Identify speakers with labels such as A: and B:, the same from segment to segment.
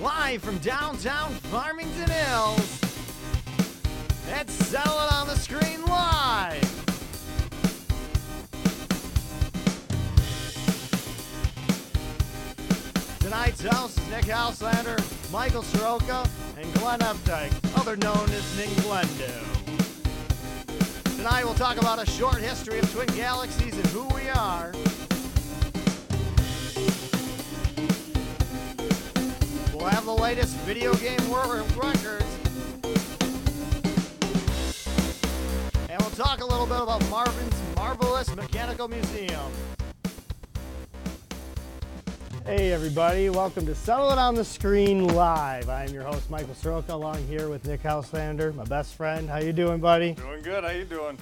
A: live from downtown Farmington Hills. It's Sell It on the Screen Live. Tonight's host is Nick Houselander, Michael Soroka, and Glenn Updike, other known as Ning Glendo. Tonight we'll talk about a short history of twin galaxies and who we are. We'll have the latest video game world records. And we'll talk a little bit about Marvin's Marvelous Mechanical Museum. Hey everybody, welcome to Settle It on the Screen Live. I am your host Michael Soroka along here with Nick Houselander, my best friend. How you doing, buddy?
B: Doing good. How you doing?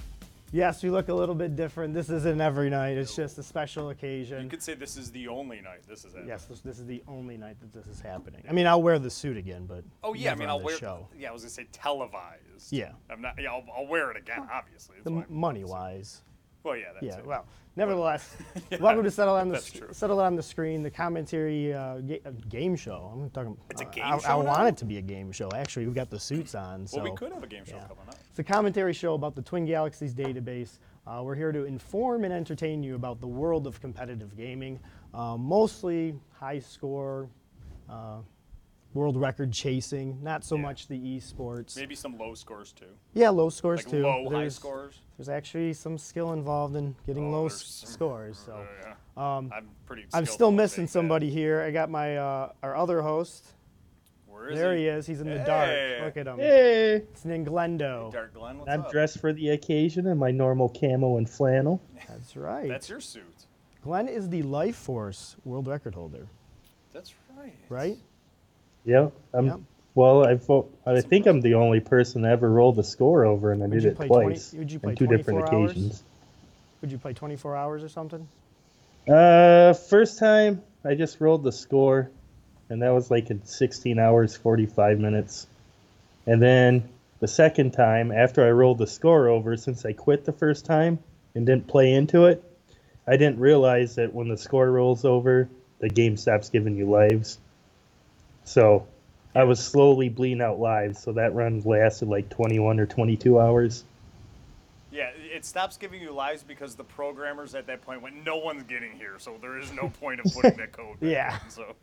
A: Yes, we look a little bit different. This isn't every night. It's just a special occasion.
B: You could say this is the only night this is it.
A: Yes, this, this is the only night that this is happening. I mean, I'll wear the suit again, but
B: Oh yeah. I
A: never
B: mean,
A: on
B: I'll
A: this
B: wear.
A: show.
B: Yeah, I was gonna say televised.
A: Yeah.
B: I'm not. Yeah, I'll, I'll wear it again. Obviously. That's
A: the
B: why
A: m-
B: I'm-
A: money wise.
B: Well, yeah. That's
A: Yeah.
B: it.
A: Well, nevertheless, welcome to settle on the
B: that's
A: Sc-
B: true.
A: settle on the screen, the commentary uh, ga- uh, game show. I'm talking.
B: It's a
A: uh,
B: game
A: I, I
B: show now?
A: want it to be a game show. Actually, we've got the suits on. So
B: Well, we could have a game show
A: yeah.
B: coming up.
A: It's a commentary show about the Twin Galaxies database. Uh, we're here to inform and entertain you about the world of competitive gaming, uh, mostly high score, uh, world record chasing, not so
B: Yeah.
A: much the esports.
B: Maybe some low scores too.
A: Yeah, low scores
B: Like
A: too.
B: low high
A: There's-
B: scores.
A: There's actually some skill involved in getting
B: Oh,
A: low
B: there's
A: s-
B: some-
A: scores. So.
B: Oh, yeah. Um, I'm pretty.
A: I'm
B: skillful
A: still
B: at
A: missing
B: being bad.
A: somebody here. I got my uh, our other host.
B: Where is
A: there
B: he?
A: he is. He's in the dark.
B: Hey.
A: Look at him.
C: Hey,
A: It's Ninglendo.
B: Dark Glenn. What's
C: I'm
B: up?
C: dressed for the occasion in my normal camo and flannel.
A: That's right.
B: That's your suit.
A: Glenn is the Life Force world record holder,
B: That's right.
A: right?
C: Yeah, I'm.
A: Yep.
C: Well, I've, I think I'm the only person to ever roll the score over, and I
A: Would
C: did
A: you
C: it
A: play 20
C: twice
A: would you play
C: on two different
A: 24 hours?
C: occasions.
A: Would you play 24 hours or something?
C: Uh, first time I just rolled the score, and that was like in 16 hours 45 minutes. And then the second time, after I rolled the score over, since I quit the first time and didn't play into it, I didn't realize that when the score rolls over, the game stops giving you lives. So I was slowly bleeding out lives. So that run lasted like 21 or 22 hours.
B: Yeah, it stops giving you lives because the programmers at that point went, no one's getting here, so there is no point of putting that code. back
A: Yeah.
B: in," So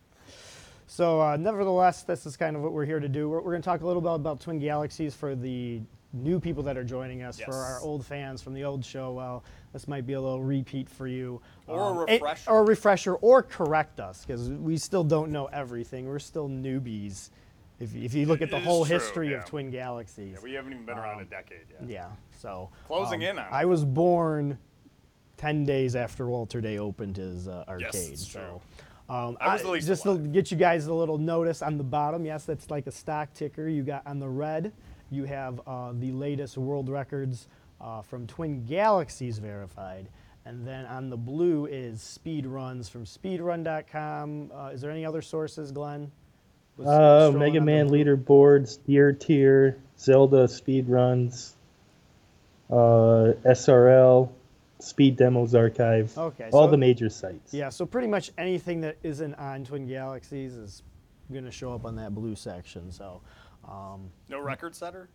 A: So, uh, nevertheless, this is kind of what we're here to do. We're, we're going to talk a little bit about Twin Galaxies for the new people that are joining us, for our
B: Yes.
A: old fans from the old show. Well, this might be a little repeat for you.
B: Or a
A: and-
B: refresher.
A: or a refresher, or correct us, because we still don't know everything. We're still newbies. If, you- if you look at the
B: It is
A: whole
B: true,
A: history
B: yeah.
A: of Twin Galaxies.
B: yeah, we haven't even been around a decade yet.
A: Um, Yeah. So um,
B: Closing in on
A: I
B: it.
A: was born ten days after Walter Day opened his uh, arcade.
B: it's
A: so. Um,
B: I was the least
A: just to
B: alive.
A: get you guys a little notice on the bottom. Yes, that's like a stock ticker. You got on the red. You have uh, the latest world records uh, from Twin Galaxies verified, and then on the blue is speed runs from speedrun.com. Uh, is there any other sources, Glenn? Was- was
C: Uh,
A: strolling
C: Mega
A: on the
C: Man
A: blue?
C: leaderboards, tier tier, Zelda speedruns, uh, SRL, Speed Demos Archive.
A: Okay,
C: all
A: so-
C: the major sites.
A: Yeah, so pretty much anything that isn't on Twin Galaxies is going to show up on that blue section. So, um,
B: No record setter?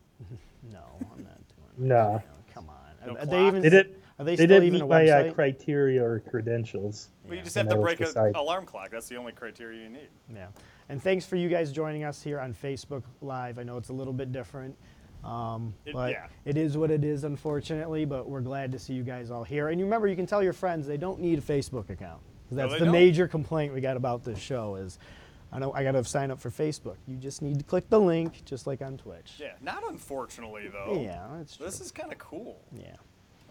A: no, I'm not doing.
C: Nah.
A: you know, come on.
B: No
A: are, are
B: clock?
A: they even?
C: They did.
A: Are they
C: They
A: still
C: didn't
A: even
C: meet
A: a
C: my
A: website?
C: uh, criteria or credentials.
B: Well, you just
C: And
B: have to
C: that was
B: break
C: the
B: an
C: side.
B: alarm clock. That's the only criteria you need.
A: yeah. And thanks for you guys joining us here on Facebook Live. I know it's a little bit different. Um,
B: It-
A: but
B: yeah.
A: it is what it is, unfortunately. But we're glad to see you guys all here. And you remember, you can tell your friends they don't need a Facebook account. 'Cause That's
B: they
A: the
B: don't.
A: major complaint we got about this show is, I know I got to sign up for Facebook. You just need to click the link, just like on Twitch.
B: Yeah, not unfortunately, though.
A: Yeah, that's true.
B: This is kind of cool.
A: yeah.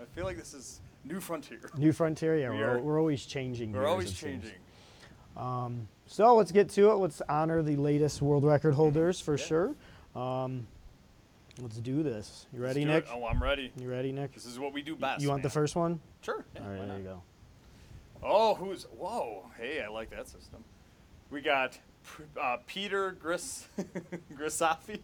B: I feel like this is new frontier.
A: New Frontier, yeah,
B: We
A: we're,
B: are-
A: we're always changing.
B: We're
A: years,
B: always
A: it seems.
B: changing.
A: So let's get to it. Let's honor the latest world record holders for
B: Mm-hmm. Yeah.
A: sure. Um, let's do this. You ready, Nick?
B: Let's do it. Oh, I'm ready.
A: You ready, Nick?
B: This is what we do best.
A: You want the
B: man.
A: first one?
B: Sure. yeah,
A: All right,
B: why
A: there
B: not?
A: you go.
B: Oh, who's? Whoa! Hey, I like that system. We got P- uh, Peter Gris Grisafi.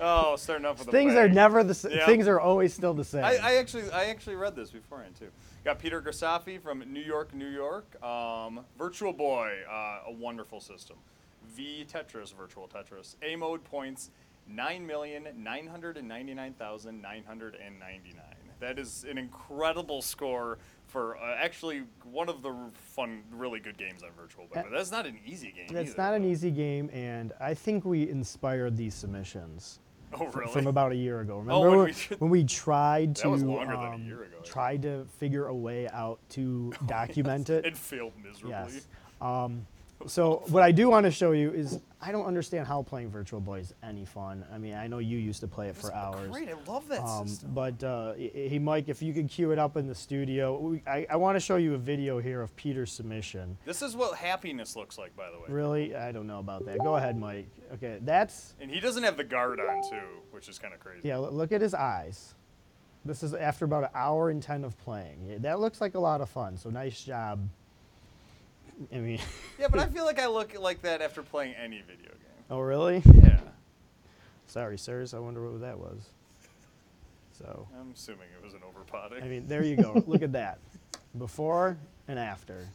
B: Oh, starting off with a
A: Things are
B: bang.
A: never the same.
B: Yeah.
A: Things are always still the same.
B: I, I actually I actually read this beforehand too. Got Peter Grisafi from New York, New York. Um, Virtual Boy, uh, a wonderful system. V Tetris, Virtual Tetris. A mode points 9,999,999. That is an incredible score for uh, actually one of the r- fun, really good games on Virtual Boy. But that's not an easy game.
A: Eh. That's
B: either,
A: not an
B: though.
A: easy game, and I think we inspired these submissions.
B: Oh,
A: fr-
B: really?
A: From about a year ago. Remember
B: Oh, when
A: when,
B: we did-
A: when we tried to
B: That was longer than a
A: um,
B: year ago, Oh, I
A: tried to figure a way out to document it?
B: It failed miserably.
A: Yes. Um, so what I do want to show you is I don't understand how playing Virtual Boy is any fun. I mean, I know you used to play it for hours.
B: Great, I love that
A: Um,
B: system.
A: but uh, y- y- hey, Mike, if you could cue it up in the studio, we, I, I want to show you a video here of Peter's submission.
B: This is what happiness looks like, by the way.
A: Really, I don't know about that. Go ahead, Mike. Okay, that's
B: And he doesn't have the guard on too, which is kind of crazy.
A: yeah. lo- Look at his eyes. This is after about an hour and ten of playing. Yeah, That looks like a lot of fun. So nice job. I mean,
B: Yeah, but I feel like I look like that after playing any video game.
A: oh really?
B: Yeah,
A: Sorry, sirs. I wonder what that was. So,
B: I'm assuming it was an overpotting.
A: I mean, there you go. Look at that. Before and after.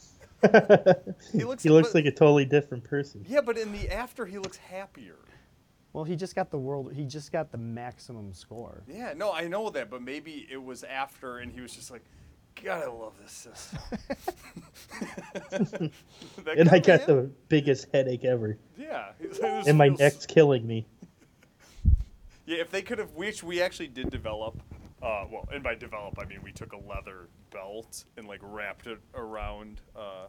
B: he looks.
C: He looks
B: but-
C: like a totally different person.
B: Yeah, but in the after, he looks happier.
A: Well, he just got the world. He just got the maximum score.
B: Yeah, no, I know that, but maybe it was after, and he was just like, "God, I love this system." That
C: And
B: could
C: I
B: be
C: got
B: it.
C: the biggest headache ever.
B: yeah. he's like, "This
C: And my
B: feels-
C: neck's killing me.
B: Yeah, if they could have, which we actually did develop. Uh, well, and by develop, I mean we took a leather belt and like wrapped it around uh,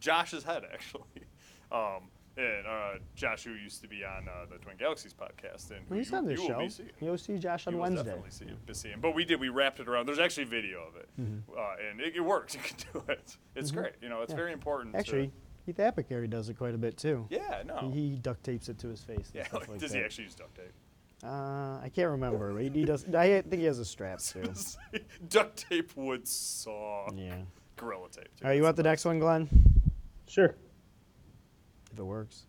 B: Josh's head, actually. Um, and uh, Josh, who used to be on uh, the Twin Galaxies podcast, and who
A: Well, he's
B: you,
A: on this
B: you will
A: show.
B: be seeing.
A: You'll see Josh on
B: You will
A: Wednesday.
B: definitely see, be seeing. But we did. We wrapped it around. There's actually video of it, uh, and it, it works. You can do it. It's great. You know, it's
A: Mm-hmm. Yeah.
B: very important. to-
A: Actually, Keith Apicary does it quite a bit too.
B: yeah, no.
A: He, he duct tapes it to his face. And
B: yeah,
A: stuff like
B: does
A: that.
B: he actually use duct tape?
A: Uh, I can't remember. but He does. I think he has a strap too.
B: duct tape would suck.
A: Yeah.
B: Gorilla tape. Too.
A: All right, you want the next one, Glenn?
C: Sure.
A: If it works.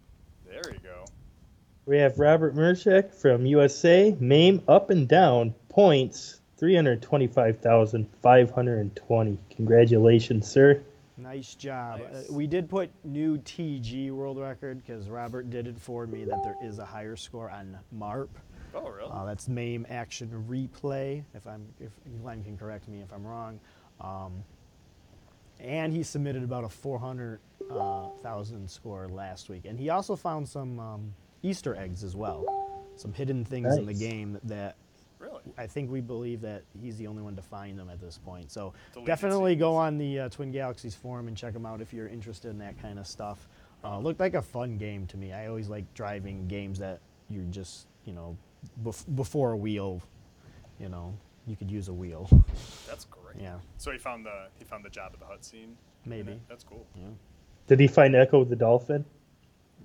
B: There you go.
C: We have Robert Mershek from USA. Mame up and down points 325,520. Congratulations, sir.
A: Nice job. Uh,
B: Nice.
A: we did put new TG world record because Robert did inform me that there is a higher score on MARP.
B: Oh, really?
A: Uh, that's MAME Action Replay. If I'm, if Glenn can correct me if I'm wrong. Um, and he submitted about a 400,000 score last week. And he also found some um, Easter eggs as well, some hidden things in the
C: Nice.
A: game that
B: really?
A: I think we believe that he's the only one to find them at this point. So
B: Deleted
A: definitely go
B: scenes.
A: on the uh, Twin Galaxies forum and check them out if you're interested in that kind of stuff. Uh, looked like a fun game to me. I always like driving games that you're just, you know, bef- before a wheel, you know, you could use a wheel.
B: That's great.
A: Yeah.
B: So he found the he found the job at the hut scene. in
A: Maybe.
B: it? That's cool.
A: Yeah.
C: Did he find Echo the Dolphin?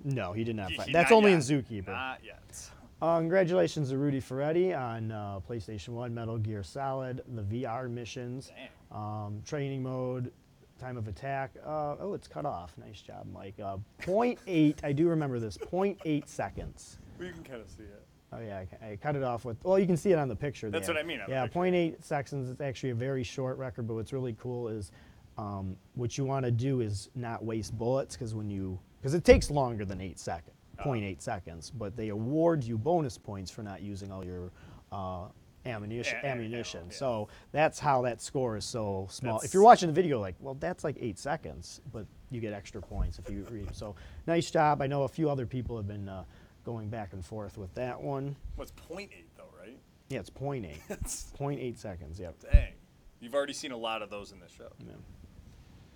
A: No, he did not
B: He-
A: find.
B: he-
A: That's
B: not
A: only
B: yet.
A: in Zookeeper.
B: Not yet. Oh,
A: Uh, congratulations to Rudy Ferretti on uh, PlayStation 1 Metal Gear Solid, the VR missions,
B: Dang.
A: um, training mode, time of attack. Uh, oh, it's cut off. Nice job, Mike. Uh, 0.8, I do remember this, 0.8 seconds.
B: We can kind of see it.
A: Oh, yeah, I ca- I, cut it off with, well, you can see it on the picture.
B: That's
A: there.
B: what I mean, on the
A: Yeah,
B: picture.
A: 0.8 seconds. It's actually a very short record, but what's really cool is um, what you want to do is not waste bullets because when you, because it takes longer than eight seconds.
B: Ah.
A: 0.8 seconds, but they award you bonus points for not using all your uh, ammunition.
B: A- a-
A: ammunition.
B: ammo, yeah.
A: So Oh, that's how that score is so small. if
B: That's-
A: you're watching the video, like, well, that's like eight seconds, but you get extra points if you read. So nice job. I know a few other people have been uh, going back and forth with that one.
B: What's point eight though, right?
A: Yeah, it's 0.8.
B: That's
A: 0.8 seconds. Yep.
B: dang. You've already seen a lot of those in this show.
A: Yeah.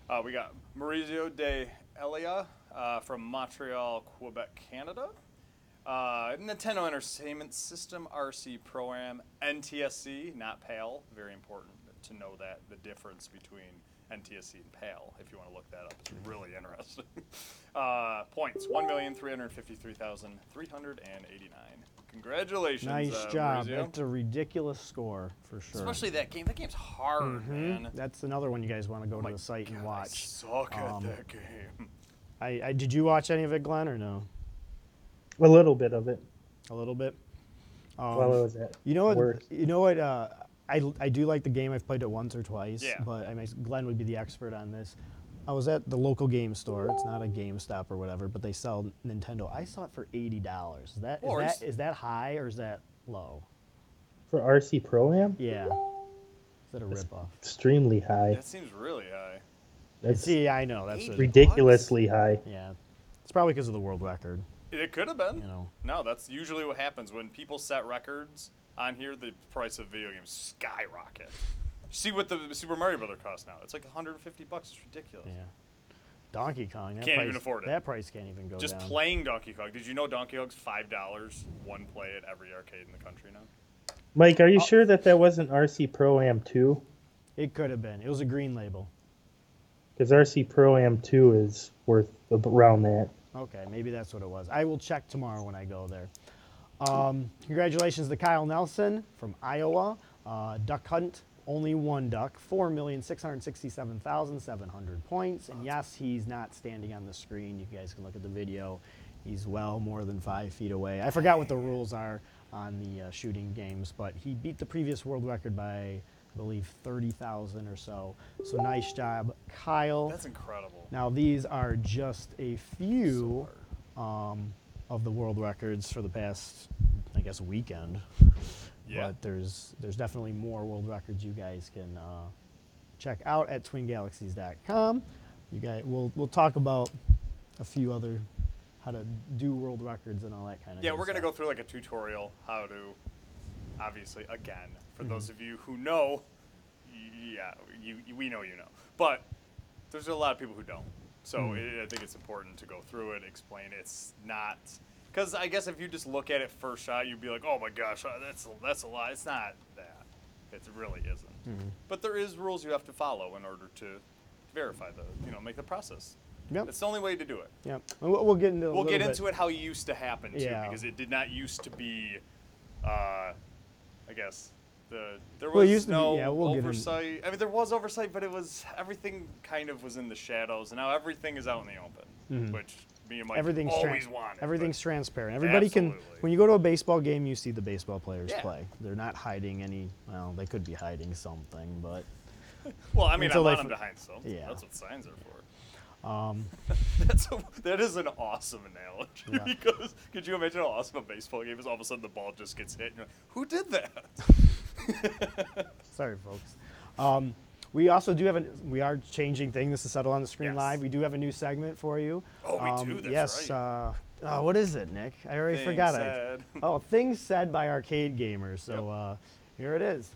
B: Uh, we got Maurizio de Elia uh, from Montreal, Quebec, Canada. Uh, Nintendo Entertainment System RC Pro Am NTSC, not PAL. Very important to know that the difference between NTSC and PAL. If you want to look that up, it's really interesting. uh, points one million three hundred fifty-three thousand three hundred and eighty-nine. Congratulations,
A: Nice
B: uh,
A: job.
B: Maurizio.
A: That's a ridiculous score for sure.
B: Especially that game. That game's hard, man.
A: That's another one you guys want to go
B: Oh My
A: to the site
B: God,
A: and
B: I
A: Mm-hmm. watch.
B: suck at
A: Um,
B: that game.
A: I, I did you watch any of it, Glenn, or no?
C: A little bit of it
A: A little bit. Um,
C: while I was at
A: You know what?
C: work.
A: You know what? Uh, I, I do like the game. I've played it once or twice.
B: Yeah.
A: But I mean, Glenn would be the expert on this. I was at the local game store. It's not a GameStop or whatever, but they sell Nintendo. I saw it for eighty dollars. Is that
B: Or
A: is
B: it's-
A: that is that high or is that low?
C: For RC Pro Am?
A: Yeah. Is that a ripoff?
C: Extremely high.
B: That seems really high.
C: That's
A: See, I know that's a,
C: ridiculously high.
A: yeah. It's probably because of the world record,
B: It could have been.
A: you know.
B: No, that's usually what happens when people set records on here. The price of video games skyrocket. See what the Super Mario Brother costs now? It's like 150 bucks. It's ridiculous.
A: Yeah. Donkey Kong. That
B: Can't
A: price,
B: even afford it.
A: That price can't even go
B: Just
A: down.
B: playing Donkey Kong. Did you know Donkey Kong's five dollars one play at every arcade in the country now?
C: Mike,
A: Oh.
C: are you sure that that wasn't RC Pro Am 2?
A: It could have been. It was a green label.
C: Because RC Pro Am 2 is worth ab- around that.
A: Okay, maybe that's what it was. I will check tomorrow when I go there. Um, congratulations to Kyle Nelson from Iowa. Uh, duck hunt, only one duck, 4,667,700 points. And yes, he's not standing on the screen. You guys can look at the video. He's well more than five feet away. I forgot what the rules are on the uh, shooting games, but he beat the previous world record by, I believe, 30,000 or so. So nice job, Kyle.
B: That's incredible.
A: Now, these are just a few
B: So hard.
A: um, of the world records for the past, I guess, weekend.
B: Yeah.
A: But there's there's definitely more world records you guys can uh, check out at twingalaxies.com. You guys, we'll we'll talk about a few other how to do world records and all that kind of.
B: Yeah,
A: good
B: we're gonna go
A: stuff.
B: through like a tutorial how to, obviously, again, for those of you who know, yeah, you, you- we know you know, but there's a lot of people who don't, so i I think it's important to go through it, explain it. it's not, because I guess if you just look at it first shot, you'd be like, oh my gosh, uh, that's that's a lot. It's not that, it really isn't. But there is rules you have to follow in order to verify the, you know, make the process.
A: Yep.
B: It's the only way to do it
A: Yep. And we'll, we'll get into.
B: we'll get into it how it used to happen too,
A: Yeah.
B: because it did not used to be. Uh, I guess the there was
A: Well, it used to be-
B: no
A: yeah, we'll get in-
B: oversight. I mean, there was oversight, but it was everything kind of was in the shadows, and now everything is out in the open, which me and Mike
A: Everything's tran-
B: always wanted. but
A: Mm-hmm. Everything's transparent. Everybody can.
B: Absolutely.
A: When you go to a baseball game, you see the baseball players
B: Yeah.
A: play. They're not hiding any. Well, they could be hiding something, but
B: well, I mean, I
A: until they
B: want them
A: fi-
B: to hide something.
A: Yeah.
B: That's what signs are for. Um, That's a, that is an awesome analogy
A: Yeah.
B: because could you imagine how awesome a baseball game is? All of a sudden, the ball just gets hit, and you're like, "Who did that?"
A: sorry, folks. Um, we also do have a. We are changing things. This is settled on the screen
B: Yes.
A: live. We do have a new segment for you.
B: Oh, we
A: um,
B: do? That's
A: yes.
B: right.
A: Uh, oh, what is it, Nick? I already
B: Things
A: forgot.
B: said.
A: I, oh, things said by arcade gamers. So
B: Yep.
A: uh, here it is.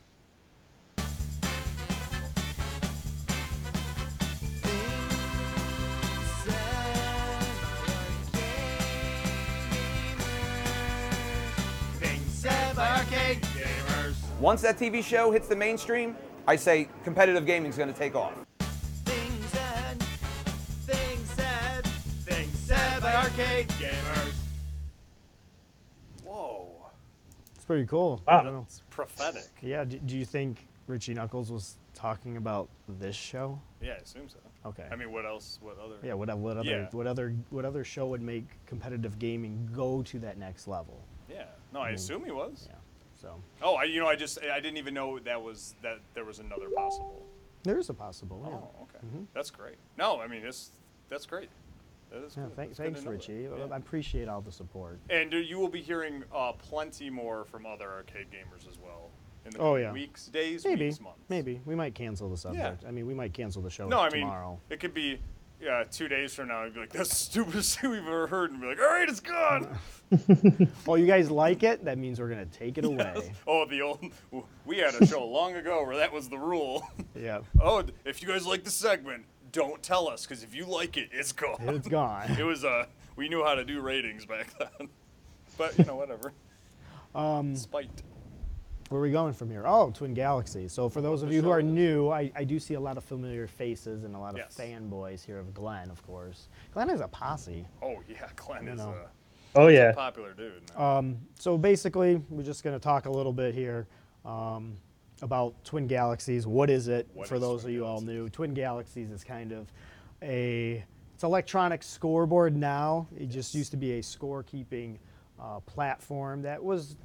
D: Once that TV show hits the mainstream, I say competitive gaming's going to take off.
B: Whoa.
A: It's pretty cool. I
C: Wow.
A: don't know.
B: It's prophetic.
A: Yeah. Do, do you think Richie Knuckles was talking about this show?
B: Yeah, I assume so.
A: Okay.
B: I mean, what else? What other?
A: Yeah, what, uh, what other
B: Yeah.
A: what other what other show would make competitive gaming go to that next level?
B: Yeah. No, I assume he was.
A: Mm. Yeah. So
B: Oh, I, you know, I just I didn't even know that was that there was another possible.
A: there is a possible. Yeah.
B: Oh, okay.
A: Mm-hmm.
B: That's great. No, I mean, it's that's great. That is.
A: Yeah,
B: good.
A: thank-
B: It's good
A: thanks,
B: to know that.
A: Richie. I-
B: Yeah.
A: I appreciate all the support.
B: And uh, you will be hearing uh, plenty more from other arcade gamers as well in the
A: Oh,
B: coming
A: yeah.
B: weeks, days,
A: Maybe,
B: weeks, months.
A: maybe we might cancel the subject. I mean, we might cancel the show
B: No, I mean,
A: tomorrow.
B: it could be yeah, two days from now. I'd be like, that's the stupidest thing we've ever heard, and be like, all right, it's gone.
A: oh, you guys like it? That means we're gonna take it away.
B: Oh, the old. We had a show long ago where that was the rule.
A: yeah,
B: Oh, if you guys like the segment, don't tell us, because if you like it, it's gone.
A: it's gone.
B: It was, uh, we knew how to do ratings back then. But, you know, whatever. Um, Spite.
A: Where are we going from here? Oh, Twin Galaxies. So, for those of
B: the
A: you who
B: show
A: are
B: is.
A: new, I, I do see a lot of familiar faces and a lot of
B: Yes.
A: fanboys here of Glenn, of course. Glenn is a posse.
B: Oh, yeah, Glenn is
A: know. Uh,
B: a
C: Oh, yeah.
B: popular dude. man.
A: so basically, we're just going to talk a little bit here um, about Twin Galaxies. What is it?
B: What
A: for
B: is
A: those
B: Twin
A: of you all
B: Galaxies?
A: new, Twin Galaxies is kind of a it's electronic scoreboard now. It just used to be a scorekeeping uh, platform that was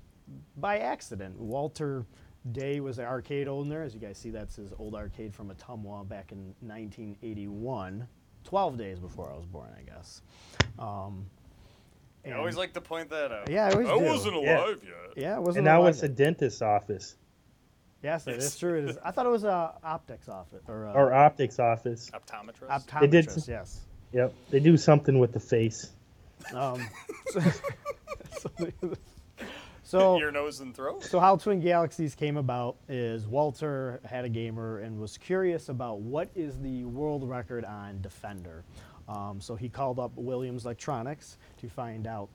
A: by accident. Walter Day was the arcade owner. As you guys see, that's his old arcade from Atumwa back in 1981. 12 days before I was born, I guess. Um,
B: I always
A: and-
B: like to point that out.
A: Yeah, I always do.
B: wasn't
C: Yeah.
B: alive yet.
A: Yeah, it wasn't
C: And now
A: alive
C: it's a
A: yet.
C: dentist's office
A: Yes, that is true. It is. I thought it was a optics office or, a
C: or optics office.
B: Optometrist.
A: optometrist.
C: They did s-
A: yes.
C: Yep, they do something with the face.
A: Um, so, so,
B: Your nose and throat.
A: so how Twin Galaxies came about is Walter had a gamer and was curious about what is the world record on Defender. Um, so he called up Williams Electronics to find out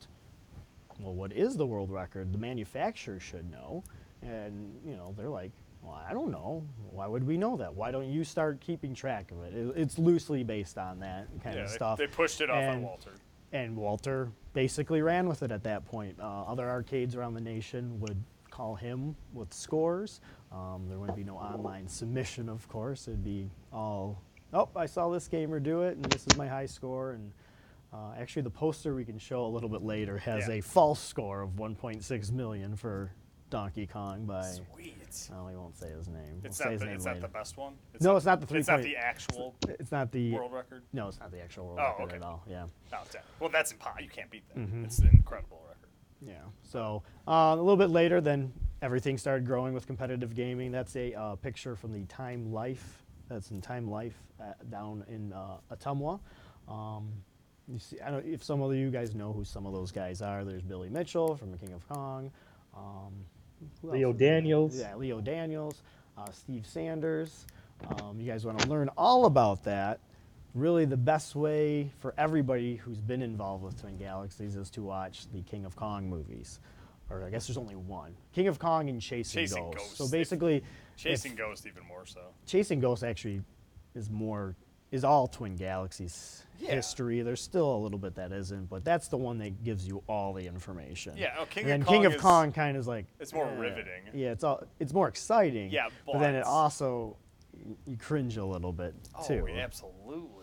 A: well, what is the world record? The manufacturer should know. And, you know, they're like, well, I don't know. Why would we know that? Why don't you start keeping track of it? it it's loosely based on that kind
B: Yeah,
A: of
B: they-
A: stuff.
B: they pushed it off on
A: And-
B: Walter.
A: And Walter basically ran with it at that point. Uh, other arcades around the nation would call him with scores. Um, there wouldn't be no online submission, of course. It'd be all, oh, I saw this gamer do it, and this is my high score. And uh, actually, the poster we can show a little bit later has
B: Yeah.
A: a false score of 1.6 million for Donkey Kong by.
B: Sweet.
A: No, we won't say his name. Uh, We'll
B: It's
A: say
B: not.
A: his
B: The,
A: name
B: it's
A: later.
B: not the best one. It's
A: No, it's not the three
B: It's not
A: point-
B: the actual
A: It's not the
B: world record.
A: No, it's not the actual world
B: Oh,
A: record
B: okay.
A: at all. Yeah.
B: No, it's not. Well, that's impossible. You can't beat that.
A: Mm-hmm.
B: It's an incredible record.
A: Yeah. So uh, a little bit later, then everything started growing with competitive gaming. That's a uh, picture from the Time Life. That's in Time Life uh, down in uh, Atumwa. Um, you see, I don't if some of you guys know who some of those guys are. There's Billy Mitchell from King of Kong. Um, who else
C: Leo
A: is there?
C: Daniels.
A: Yeah, Leo Daniels, uh, Steve Sanders. Um, you guys want to learn all about that. Really, the best way for everybody who's been involved with Twin Galaxies is to watch the King of Kong movies. Or I guess there's only one King of Kong and Chasing,
B: Chasing
A: Ghosts.
B: Ghosts.
A: So basically,
B: Chasing Ghost even more so.
A: Chasing Ghosts actually is more is all Twin Galaxies
B: Yeah.
A: history. There's still a little bit that isn't, but that's the one that gives you all the information.
B: Yeah, oh, King
A: and then
B: of
A: King
B: Kong
A: of
B: is-
A: Kong kind of is like
B: It's more
A: eh.
B: riveting.
A: Yeah, it's all it's more exciting.
B: Yeah,
A: but, then it
B: but-
A: also y- you cringe a little bit too.
B: Oh, yeah, absolutely.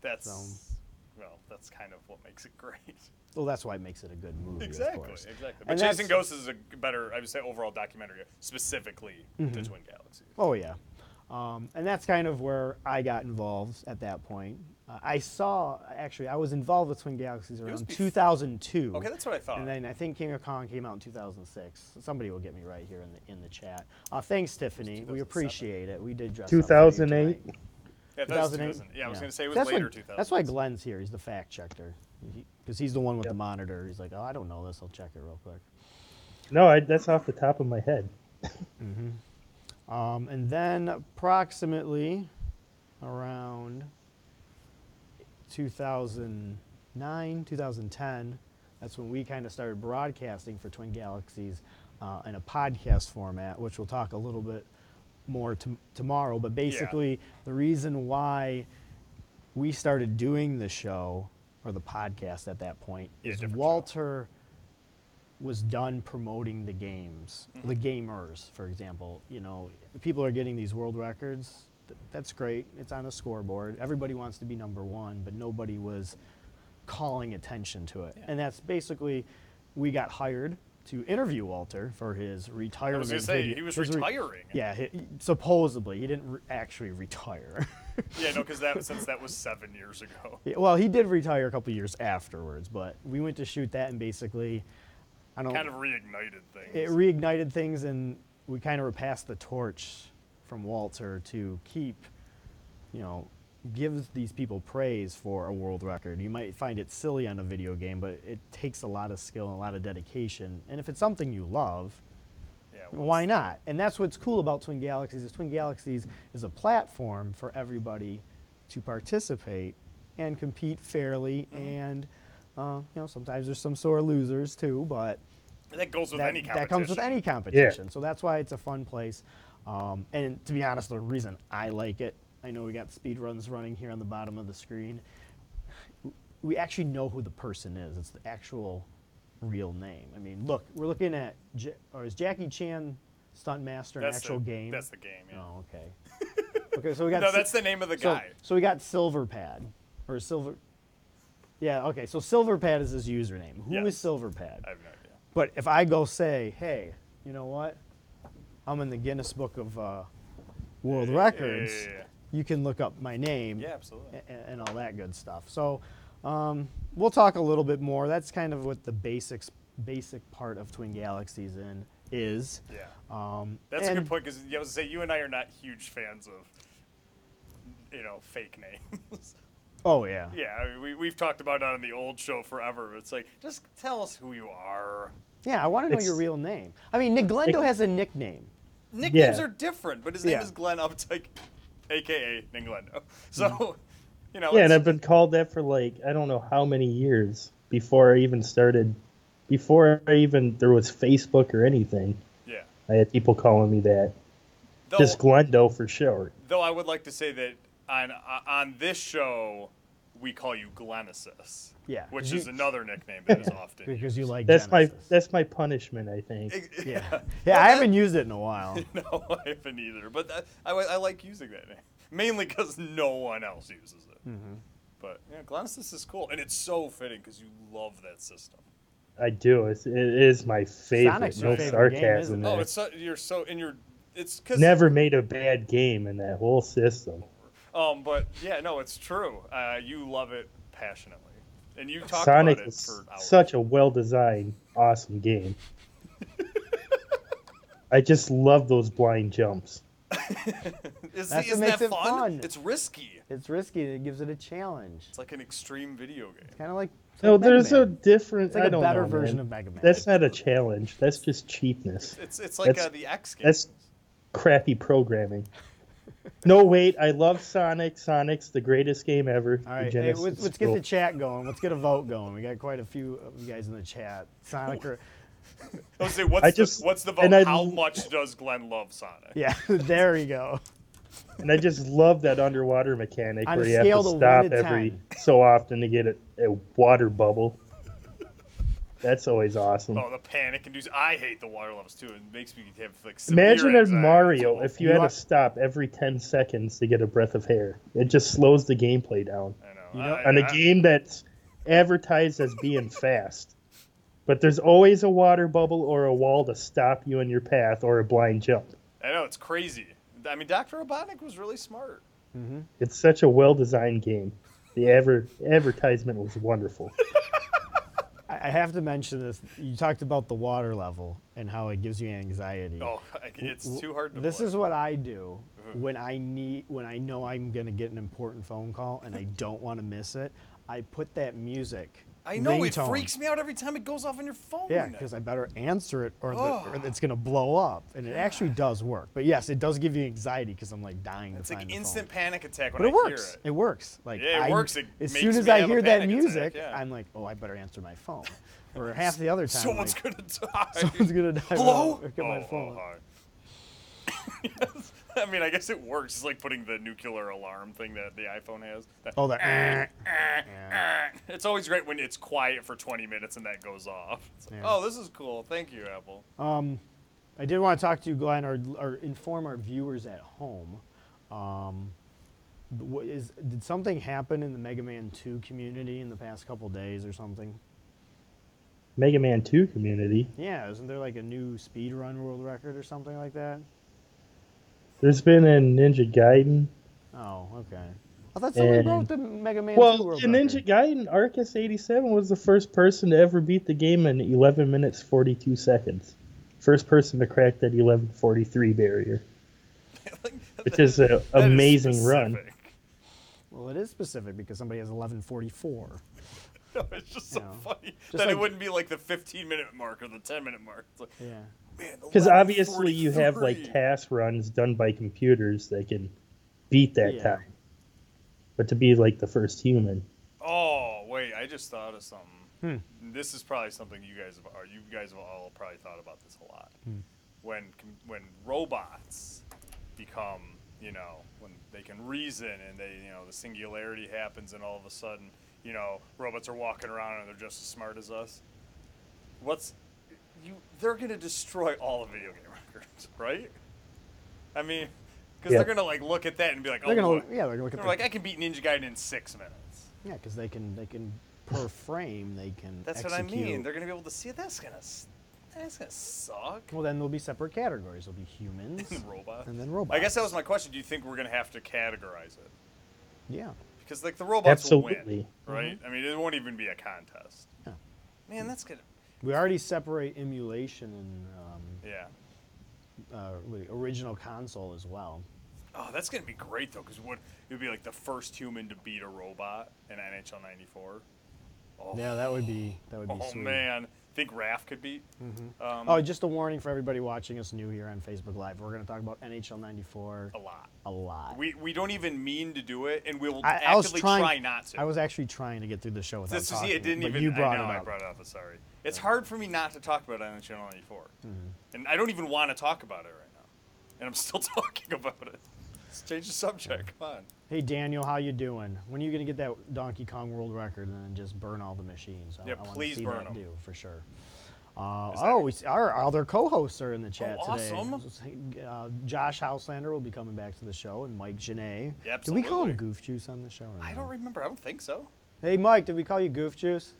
B: That's
A: So-
B: well, that's kind of what makes it great.
A: Well, that's why it makes it a good movie. of
B: Exactly,
A: course.
B: exactly. But
A: And
B: Chasing
A: that's-
B: Ghosts is a better, I would say, overall documentary, specifically
A: Mm-hmm.
B: to Twin Galaxies.
A: Oh yeah, um, and that's kind of where I got involved at that point. Uh, I saw actually I was involved with Twin Galaxies
B: was
A: around
B: bef-
A: 2002.
B: Okay, that's what I thought.
A: And then I think King of Kong came out in 2006. Somebody will get me right here in the in the chat. Uh, thanks, Tiffany. We
B: 2007.
A: appreciate it. We did dress. up for you tonight.
C: 2008?
B: yeah, that's
A: 2008.
B: 2000. Yeah, I was going to say it was
A: That's why-
B: later 2000.
A: That's why Glenn's here. He's the fact checker, because he's the one with the monitor. He's like, oh, I don't know this. I'll check it real quick.
C: No, I, that's off the top of my head.
A: Um, and then approximately around 2009, 2010, that's when we kind of started broadcasting for Twin Galaxies uh, in a podcast format, which we'll talk a little bit more tom tomorrow. But basically, the reason why we started doing the show or the podcast at that point
B: Yeah,
A: is
B: different show.
A: Walter was done promoting the games, the
B: Mm-hmm.
A: gamers, for example. You know, people are getting these world records. Th- That's great. It's on a scoreboard. Everybody wants to be number one, but nobody was calling attention to it. And that's basically, we got hired to interview Walter for his
B: I
A: retirement.
B: was going to say
A: video-
B: he was
A: his re-
B: retiring.
A: yeah, he, supposedly he didn't re- actually retire.
B: yeah, no, because that since that was seven years ago.
A: Yeah, well, he did retire a couple years afterwards, but we went to shoot that and basically, I don't
B: Kind of reignited things.
A: it reignited things and we kind of passed the torch from Walter to keep, you know, gives these people praise for a world record. You might find it silly on a video game, but it takes a lot of skill and a lot of dedication. And if it's something you love,
B: yeah, well,
A: why not? And that's what's cool about Twin Galaxies is Twin Galaxies is a platform for everybody to participate and compete fairly. And uh, you know, sometimes there's some sore losers too, but
B: that goes with
A: that,
B: any competition.
A: that comes with any competition. So that's why it's a fun place. Um, and to be honest, the reason I like it, I know we got speed runs running here on the bottom of the screen. We actually know who the person is. It's the actual real name. I mean, look, we're looking at, Ja- or is Jackie Chan stunt master an
B: That's
A: actual
B: the,
A: game?
B: That's the game. Yeah.
A: Oh, okay. okay, so we got.
B: No,
A: Si-
B: that's the name of the
A: so,
B: guy.
A: so we got Silver Pad, or Silver. Yeah. Okay. So Silver Pad is his username. Who is
B: Yes.
A: Silver Pad?
B: I have no idea.
A: But if I go say, hey, you know what? I'm in the Guinness Book of uh, World
B: Yeah, yeah,
A: Records,
B: yeah, yeah.
A: you can look up my name
B: Yeah, absolutely.
A: a- and, all that good stuff. So um, we'll talk a little bit more. That's kind of what the basics, basic part of Twin Galaxies in is.
B: Yeah.
A: Um,
B: That's a
A: and-
B: good point because I was to say you and I are not huge fans of, you know, fake names.
A: Oh yeah. yeah,
B: yeah, I mean, we we've talked about it on the old show forever. It's like just tell us who you are.
A: I want to know your
C: It's-
A: real name. I mean, Nick Glendo has a nickname.
B: Nicknames
C: Yeah.
B: are different, but his
A: Yeah.
B: name is Glenn Updike, aka Ninglendo. So, you know,
C: Mm-hmm. Yeah, and
B: it's-
C: I've been called that for like I don't know how many years before I even started, before I even there was Facebook or anything.
B: yeah.
C: I had people calling me that,
B: Though,
C: just Glendo for short.
B: though I would like to say that on uh, on this show we call you Glenesis.
A: Yeah, 'cause
B: which
A: you-
B: is another nickname that is often.
A: Because you like
C: That's my
A: Genesis.
C: that's my punishment, I think.
B: used.
A: yeah, yeah. I haven't used it in a while.
B: No, I haven't either. But that, I, I like using that name mainly because no one else uses it.
C: Mm-hmm.
B: But yeah, Glanisys is cool, and it's so fitting because you love that system.
C: I do. It's, it is my favorite.
A: Sonic's your
C: no
A: favorite game,
C: sarcasm.
A: isn't it?
B: Oh,
C: there.
B: it's so, you're so in your. It's because
C: Never made a bad game in that whole system.
B: Um, but yeah, no, it's true. Uh, you love it passionately, and you talk
C: Sonic
B: about it
C: is
B: for hours.
C: such a well designed, awesome game. I just love those blind jumps.
B: is,
A: That's what
B: isn't
A: makes
B: that
A: it
B: fun?
A: fun.
B: It's risky.
A: It's risky. It gives it a challenge.
B: It's like an extreme video game.
A: Kind of like it's
C: No,
A: like Mega
C: there's a
A: Man.
C: different.
A: It's like
C: I
A: a
C: don't
A: better
C: know,
A: version
C: man.
A: of Mega Man.
C: That's not a challenge. That's just cheapness.
B: It's it's like
C: That's-
B: uh, the X game.
C: That's crappy programming. No, wait. I love Sonic. Sonic's the greatest game ever.
A: All
C: The
A: right, hey, let's,
C: Genesis
A: let's get the
C: rule.
A: chat going. Let's get a vote going. We got quite a few of you guys in the chat. Sonic or
B: I was gonna say, what's
C: I just-
B: the, what's the vote?
C: and I-
B: How much does Glenn love Sonic?
A: yeah, there you go.
C: And I just love that underwater mechanic
A: On a
C: where you have
A: scale
C: to
A: to one
C: stop
A: to
C: every
A: 10.
C: so often to get a, a water bubble. That's always awesome.
B: Oh, the panic inducing. I hate the water levels too. It makes me have like. severe
C: Imagine in
B: anxiety.
C: Mario if you,
A: You
C: had
A: are-
C: to stop every 10 seconds to get a breath of hair. It just slows the gameplay down.
B: I know.
A: know-
B: I,
C: On a
B: I-
C: game that's advertised as being fast. But there's always a water bubble or a wall to stop you in your path or a blind jump.
B: I know it's crazy. I mean, Doctor Robotnik was really smart.
C: It's such a well designed game. The adver- advertisement was wonderful.
A: I I have to mention this. You talked about the water level and how it gives you anxiety.
B: Oh, Mm-hmm. I- it's too hard to.
A: This
B: play.
A: is what I do when I need when I know I'm going to get an important phone call and I don't want to miss it. I put that music.
B: I know
A: ringtone.
B: it freaks me out every time it goes off on your phone.
A: Yeah, because I better answer it or,
B: Oh.
A: the, or it's going to blow up. And it actually does work. But yes, it does give you anxiety because I'm like dying
B: it's
A: to find
B: like
A: the phone.
B: instant panic attack when
A: But it
B: I
A: works.
B: hear
A: It works. Like
B: Yeah,
A: I,
B: it works. It
A: as
B: makes
A: soon as
B: me
A: I
B: have a
A: hear that
B: panic attack,
A: music,
B: yeah.
A: I'm like, oh, I better answer my phone. Or half the other
B: it.
A: time,
B: Someone's
A: like,
B: gonna die.
A: someone's gonna die. when I
B: Hello?
A: Look at
B: oh,
A: my
B: oh,
A: phone.
B: hi. Yes. I mean, I guess it works. It's like putting the nuclear alarm thing that the iPhone has. That-
A: Oh, that. yeah.
B: It's always great when it's quiet for 20 minutes and that goes off. It's like,
A: Yeah. Oh.
B: Oh, this is cool. Thank you, Apple.
A: I did want to talk to you, Glenn, or, or inform our viewers at home. Um, but what is did something happen in the Mega Man 2 community in the past couple days or something?
C: Mega Man 2 community.
A: Yeah, isn't there like a new speed run world record or something like that?
C: There's been a Ninja Gaiden.
A: Oh, okay. I thought somebody
C: And-
A: broke the Mega Man 2
C: Well,
A: world
C: in Ninja
A: record.
C: Gaiden, Arcus 87 was the first person to ever beat the game in 11 minutes 42 seconds. First person to crack that 11:43 barrier, which is an
B: That is
C: amazing run.
B: specific.
A: Well, it is specific because somebody has 1144.
B: No, it's just so
A: Yeah.
B: funny
A: Just
B: that it
A: like-
B: wouldn't be like the 15 minute mark or the 10 minute mark. It's like,
A: Yeah.
B: man,
C: Because obviously you have
B: 11:43.
C: like task runs done by computers that can beat that
A: Yeah.
C: time. But to be like the first human,
B: Oh wait, I just thought of something.
A: Hmm.
B: This is probably something you guys have, or you guys have all probably thought about this a lot.
A: Hmm.
B: When com- when robots become, you know, when they can reason and they, you know, the singularity happens and all of a sudden, you know, robots are walking around and they're just as smart as us. What's you? They're gonna destroy all the video game records, right? I mean, because
C: Yeah.
B: they're gonna like look at that and be like,
A: They're
B: oh,
A: gonna
B: look.
A: look- yeah, they're gonna look at
B: They're
A: the-
B: like, I can beat Ninja Gaiden in six minutes.
A: Yeah, because they can they can per frame they can.
B: That's what I
A: execute.
B: mean. They're gonna be able to see. That's gonna. s- That's gonna suck.
A: Well, then there'll be separate categories. There'll be humans.
B: robots.
A: And then
B: I guess
A: robots.
B: that was my question. Do you think we're gonna have to categorize it?
A: yeah.
B: Because like the robots will win,
C: Absolutely.
B: right?
A: Mm-hmm.
B: I mean, it won't even be a contest.
A: Yeah.
B: Man, that's gonna.
A: We already separate emulation and um,
B: Yeah.
A: uh, wait, original console as well.
B: Oh, that's gonna be great though, because would it would be like the first human to beat a robot in NHL '94? Oh,
A: Yeah, that would be that would be
B: oh
A: sweet.
B: man, think Raph could beat. Um,
A: Oh, just a warning for everybody watching us new here on Facebook Live. We're going to talk about NHL '94
B: a lot.
A: a lot.
B: Oh, We we don't even mean to do it, and we'll
A: I,
B: actively
A: I was trying.
B: try not to.
A: I was actually trying to get through the show without
B: This is
A: talking.
B: yeah, it. Didn't
A: but
B: even.
A: You brought
B: I know
A: it
B: I
A: up.
B: brought it up. I'm Sorry. It's hard for me not to talk about NHL '94,
A: Mm-hmm.
B: and I don't even want to talk about it right now, and I'm still talking about it. Let's change the subject. Come on.
A: Hey Daniel, how you doing? When are you gonna get that Donkey Kong world record and then just burn all the machines? I,
B: Yeah,
A: I wanna
B: please
A: see
B: burn
A: that
B: 'em.
A: do for sure. Uh,
B: Is that-
A: oh, we see our other co-hosts are in the chat
B: Oh,
A: today.
B: awesome.
A: Uh, Josh Houselander will be coming back to the show, and Mike Janae.
B: Yeah,
A: Did we call
B: absolutely.
A: him Goof Juice on the show? Or
B: I
A: no?
B: don't remember. I don't think so.
A: Hey Mike, did we call you Goof Juice?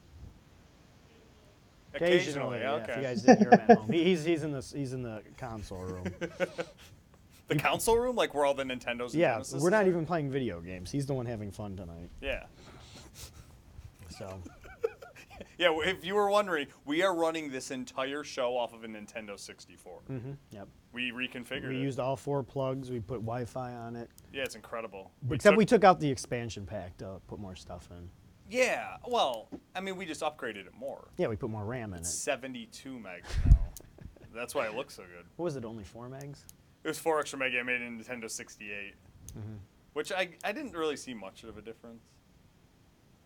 B: Occasionally.
A: yeah,
B: okay.
A: If you guys didn't hear him at home, He- he's he's in the he's in the console room.
B: the council room, like where all the Nintendos. and
A: yeah,
B: Genesis
A: we're not
B: are?
A: even playing video games. He's the one having fun tonight.
B: Yeah.
A: So
B: Yeah. w- If you were wondering, we are running this entire show off of a Nintendo 64.
A: yep.
B: We reconfigured
A: Mm-hmm. We
B: it.
A: used all four plugs. We put Wi-Fi on it.
B: yeah, it's incredible.
A: Except
B: took-
A: we took out the expansion pack to put more stuff in.
B: Yeah. Well, I mean, we just upgraded it more.
A: Yeah, we put more RAM in it.
B: 72 megs now. That's why it looks so good.
A: What was it? Only four megs?
B: It was four extra mega. I made in Nintendo 68,
A: Mm-hmm.
B: which I I didn't really see much of a difference.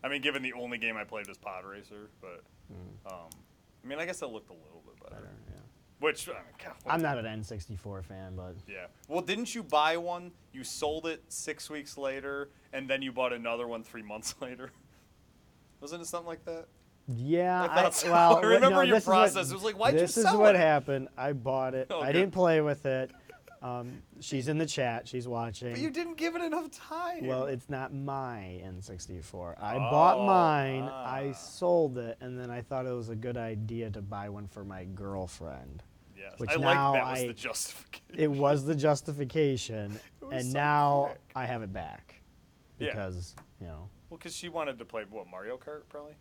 B: I mean, given the only game I played was Pod Racer, but
A: Mm.
B: um, I mean, I guess it looked a little bit better.
A: I don't know, yeah.
B: Which I mean, God, what
A: I'm
B: the-
A: not an N64 fan, but
B: Yeah. Well, didn't you buy one? You sold it six weeks later, and then you bought another one three months later. Wasn't it something like that?
A: yeah.
B: I
A: I,
B: thought so.
A: well,
B: I remember
A: no,
B: your
A: this is what-
B: process. It was like, why'd you
A: this is
B: sell
A: what
B: it?
A: happened. I bought it.
B: Oh,
A: I
B: good.
A: didn't play with it. Um, she's in the chat. She's watching.
B: But you didn't give it enough time.
A: Well, it's not my N64. I bought
B: Oh,
A: mine,
B: ah.
A: I sold it, and then I thought it was a good idea to buy one for my girlfriend.
B: yes.
A: which
B: I
A: now
B: like that was
A: I-
B: the justification.
A: It was the justification,
B: was
A: and
B: so
A: now
B: quick.
A: I have it back
B: Yeah.
A: because you know.
B: Well, because she wanted to play what Mario Kart, probably.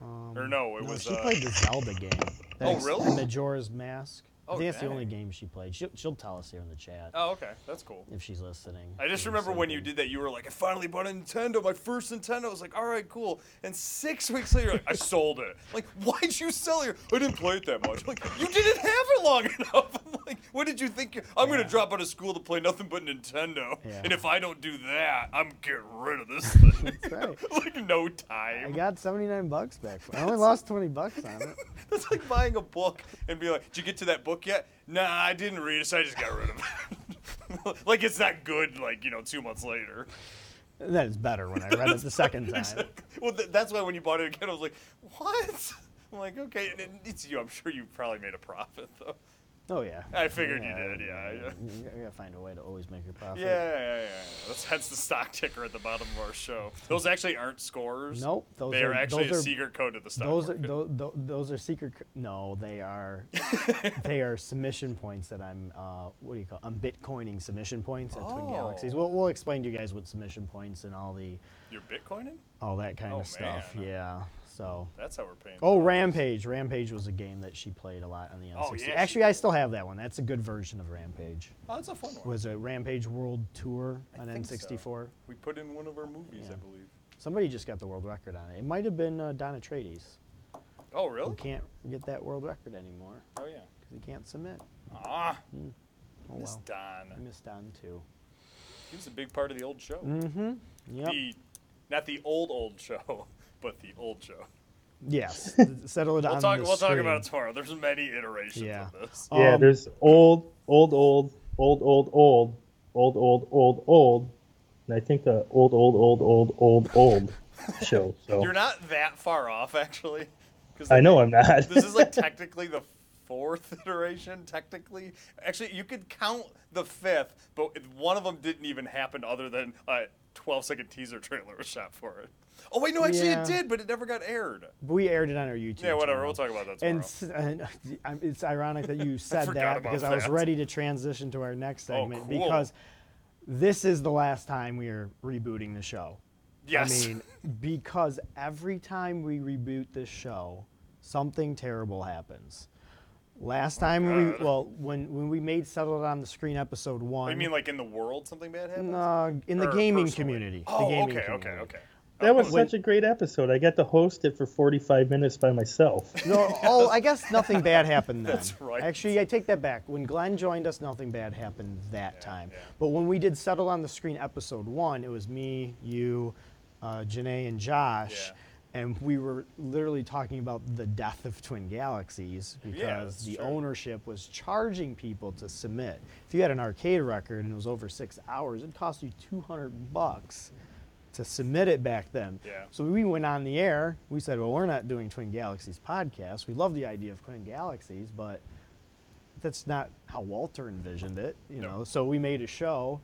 A: Um,
B: Or no, it
A: no,
B: was.
A: she
B: uh,
A: played the Zelda game.
B: Oh,
A: That's
B: really?
A: Majora's Mask. I
B: Oh,
A: think that's the
B: dang.
A: only game she played. She'll, she'll tell us here in the chat
B: Oh, okay, that's cool.
A: if she's listening.
B: I just
A: Maybe
B: remember when you
A: something.
B: did that, you were like, "I finally bought a Nintendo, my first Nintendo." I was like, "All right, cool." And six weeks later, like, I sold it. Like, why'd you sell it? I didn't play it that much. Like, you didn't have it long enough. I'm like, what did you think? you- I'm
A: Yeah.
B: gonna drop out of school to play nothing but Nintendo.
A: Yeah.
B: And if I don't do that, I'm getting rid of this thing.
A: That's right.
B: like, no
A: I
B: time.
A: got 79 bucks back. I only lost 20 bucks on it.
B: That's like buying a book and be like, "Did you get to that book yet?" Nah, I didn't read it, so I just got rid of it. like, it's not good. Like, you know, two months later.
A: And That is better when I read it the second time.
B: Well, th- that's why when you bought it again, I was like, "What?" I'm like, "Okay." And it, it's you. I'm sure you probably made a profit though.
A: Oh yeah.
B: I figured you did, yeah, yeah.
A: You gotta find a way to always make your profit.
B: Yeah, yeah, yeah. yeah. That's, that's the stock ticker at the bottom of our show. Those actually aren't scores.
A: Nope, those
B: they are,
A: are-
B: actually
A: those
B: a
A: are-
B: secret code to the stock
A: Those are
B: market.
A: those, those are secret. c- No, they are they are submission points that I'm uh, what do you call? I'm bitcoining submission points at Twin Galaxies.
B: Oh.
A: We'll we'll explain to you guys what submission points and all the
B: You're bitcoining?
A: all that kind
B: Oh,
A: of stuff.
B: man.
A: Yeah. So.
B: That's how we're paying.
A: Oh,
B: for all this.
A: Rampage! Rampage was a game that she played a lot on the N64.
B: Oh, yeah, she
A: Actually, I still have that one. That's a good version of Rampage.
B: Oh, that's a fun one.
A: Was a Rampage World Tour
B: I
A: on
B: think so.
A: N64.
B: We put in one of our movies,
A: Yeah.
B: I believe.
A: Somebody just got the world record on it. It might have been uh, Don Atreides.
B: Oh,
A: Who
B: really?
A: can't get that world record anymore
B: Oh, yeah.
A: because he can't submit.
B: Ah,
A: Oh
B: Miss
A: well, I
B: Don.
A: missed Don too.
B: He was a big part of the old show.
A: Mm, Yep.
B: The, not the old old show, but the old show.
A: Yes. th- Settle it
B: We'll
A: on
B: talk.
A: the
B: We'll talk about it
A: screen.
B: tomorrow. There's many iterations
A: Yeah.
B: of this.
A: Oh.
C: Yeah,
A: Um,
C: there's old, old, old, old, old, old, old, old, old, old, and I think the old, old, old, old, old, old show. So
B: You're not that far off, actually. 'cause
C: I know I'm not.
B: This is like technically the fourth iteration. Technically, actually, you could count the fifth, but it- one of them didn't even happen, other than a 12 second teaser trailer was shot for it. Oh wait, no, actually
A: Yeah.
B: it did, but it never got aired.
A: We aired it on our YouTube.
B: Yeah, whatever.
A: channel.
B: We'll talk about that tomorrow.
A: And, s- and I'm- it's ironic that you said
B: forgot
A: that
B: about
A: because I was
B: that.
A: ready to transition to our next
B: Oh,
A: segment
B: cool.
A: because this is the last time we are rebooting the show.
B: yes.
A: I mean, because every time we reboot this show, something terrible happens. Last time
B: Oh, God.
A: we well when when we made settled on the screen episode one.
B: you mean like in the world something bad happens?
A: uh, in the
B: Or
A: gaming
B: personally?
A: community.
B: Oh,
A: the gaming
B: okay,
A: community.
B: okay, okay.
C: That
A: Oh,
C: was such a great episode. I got to host it for 45 minutes by myself.
A: No, oh, I guess nothing bad happened then.
B: That's right.
A: Actually, I take that back. When Glenn joined us, nothing bad happened that time.
B: yeah.
A: But when we did Settle on the Screen episode one, it was me, you, uh, Janae, and Josh.
B: Yeah.
A: And we were literally talking about the death of Twin Galaxies because
B: that's
A: the
B: true.
A: ownership was charging people to submit. If you had an arcade record and it was over six hours, it cost you 200 bucks to submit it back then.
B: Yeah.
A: So we went on the air. We said, well, we're not doing Twin Galaxies podcast. We love the idea of Twin Galaxies, but that's not how Walter envisioned it, you
B: No.
A: know. So we made a show.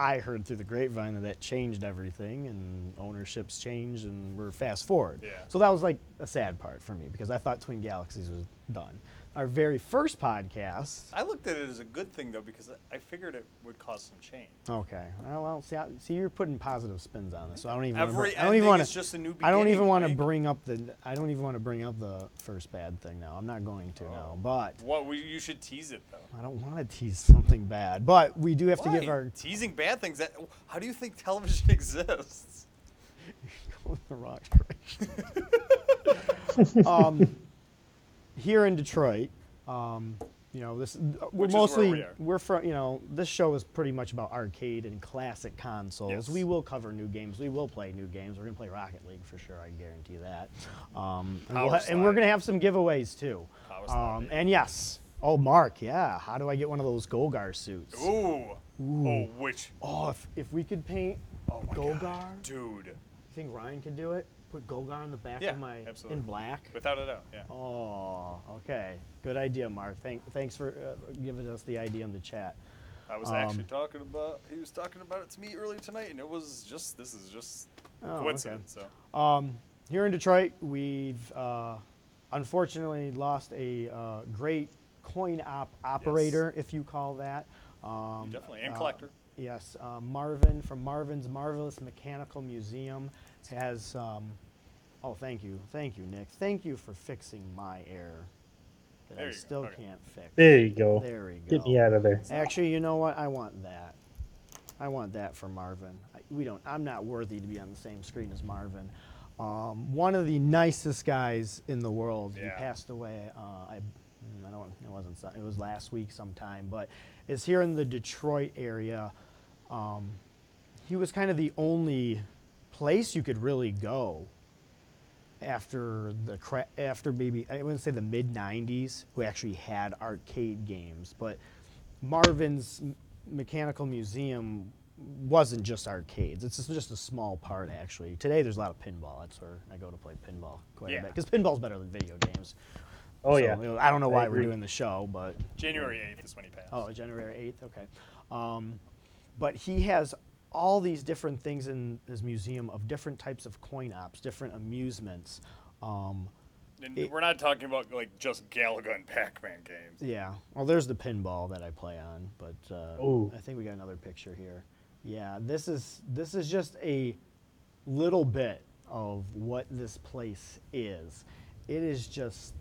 A: I heard through the grapevine that that changed everything and ownerships changed and we're fast forward.
B: Yeah.
A: So that was like a sad part for me because I thought Twin Galaxies was done. Our very first podcast.
B: I looked at it as a good thing though because I figured it would cause some change.
A: Okay. Well, well, see, I, see, you're putting positive spins on this, so I don't even.
B: Every
A: remember, I don't even
B: ending
A: wanna,
B: is just a new
A: I don't even
B: beginning,
A: want to
B: right?
A: bring up the. I don't even want to bring up the first bad thing now. I'm not going to
B: Oh.
A: now, but
B: What we, you should tease it though.
A: I don't want to tease something bad. But we do have to
B: Why?
A: give our
B: teasing bad things. That how do you think television exists?
A: go in the wrong direction. um, here in Detroit, um, you know, this we're
B: Which is where
A: mostly
B: we are.
A: are from. You know, this show is pretty much about arcade and classic consoles.
B: Yes.
A: We will cover new games. We will play new games. We're gonna play Rocket League for sure. I guarantee that. Um, and,
B: Power
A: we'll ha- and we're
B: slide.
A: gonna have some giveaways too.
B: Power slide,
A: Um,
B: baby.
A: and yes. Oh, Mark, yeah. How do I get one of those Golgar suits?
B: Ooh. Oh, which
A: Oh, if, if we could paint
B: oh my
A: Golgar.
B: God, dude.
A: You think Ryan could do it? Put Golgar on the back
B: Yeah,
A: of my
B: absolutely.
A: in black.
B: Without a doubt, yeah.
A: Oh, okay. Good idea, Mark. Thank, thanks for uh, giving us the idea in the chat.
B: I
A: Um,
B: was actually talking about he was talking about it to me earlier tonight, and it was just this is just
A: Oh, okay.
B: coincidence. So
A: Here in Detroit, we've uh, unfortunately lost a uh, great coin op operator, if you call that. Um,
B: definitely, and
A: uh,
B: collector.
A: Yes, uh, Marvin from Marvin's Marvelous Mechanical Museum has. Um, oh, thank you, thank you, Nick. Thank you for fixing my error that
B: There
A: I
B: you go,
A: still
B: okay.
A: can't fix.
C: There you go.
A: There we go.
C: Get me out of there.
A: Actually, you know what? I want that. I want that for Marvin. I, we don't. I'm not worthy to be on the same screen as Marvin. Um, one of the nicest guys in the world. He
B: Yeah.
A: passed away. Uh, I, mm, I don't. It wasn't. so- It was last week sometime. But it's here in the Detroit area. Um, he was kind of the only place you could really go after the cra- after maybe I wouldn't say the mid '90s who actually had arcade games, but Marvin's M- Mechanical Museum wasn't just arcades. It's just- just a small part actually. Today there's a lot of pinball. That's where I go to play pinball quite
B: Yeah.
A: a bit because pinball's better than video games.
C: Oh,
A: So,
C: yeah.
A: you know, I don't know
C: I
A: why we're
C: agree.
A: doing the show, but
B: January eighth is when he passed.
A: Oh, January 8th, okay. Um, but he has all these different things in his museum of different types of coin ops, different amusements. Um,
B: and
A: it-
B: we're not talking about like just Galaga and Pac-Man games.
A: yeah, well, there's the pinball that I play on, but uh,
C: Ooh.
A: I think we got another picture here. Yeah, this is this is just a little bit of what this place is. It is just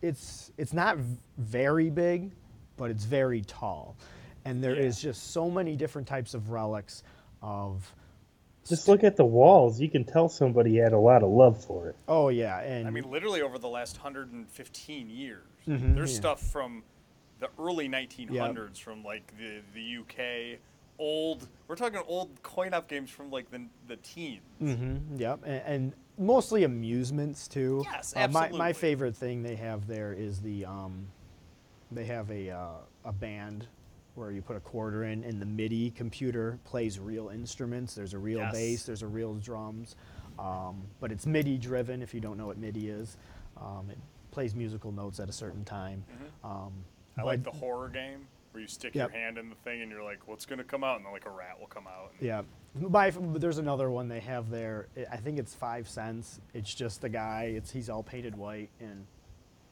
A: it's it's not v- very big, but it's very tall, and there is
B: Yeah.
A: just so many different types of relics of.
C: Just look at the walls. You can tell somebody had a lot of love for it.
A: Oh yeah, and
B: I mean, literally over the last 115 years,
A: Mm-hmm.
B: there's stuff from the early 1900s, from like the the UK, old. We're talking old coin-op games from like the the teens.
A: Mhm, Yep, and, and mostly amusements too. Uh,
B: Yes,
A: my,
B: absolutely.
A: my favorite thing they have there is the um, they have a uh, a band where you put a quarter in, and the MIDI computer plays real instruments. There's a real
B: Yes.
A: bass. There's a real drums, um, but it's MIDI driven. If you don't know what MIDI is, um, it plays musical notes at a certain time. Um,
B: I
A: but-
B: like the horror game. where you stick
A: Yep.
B: your hand in the thing and you're like, what's going to come out? And then like a rat will come out. And
A: Yeah. By, there's another one they have there. I- I think it's five cents. It's just the guy. It's he's all painted white and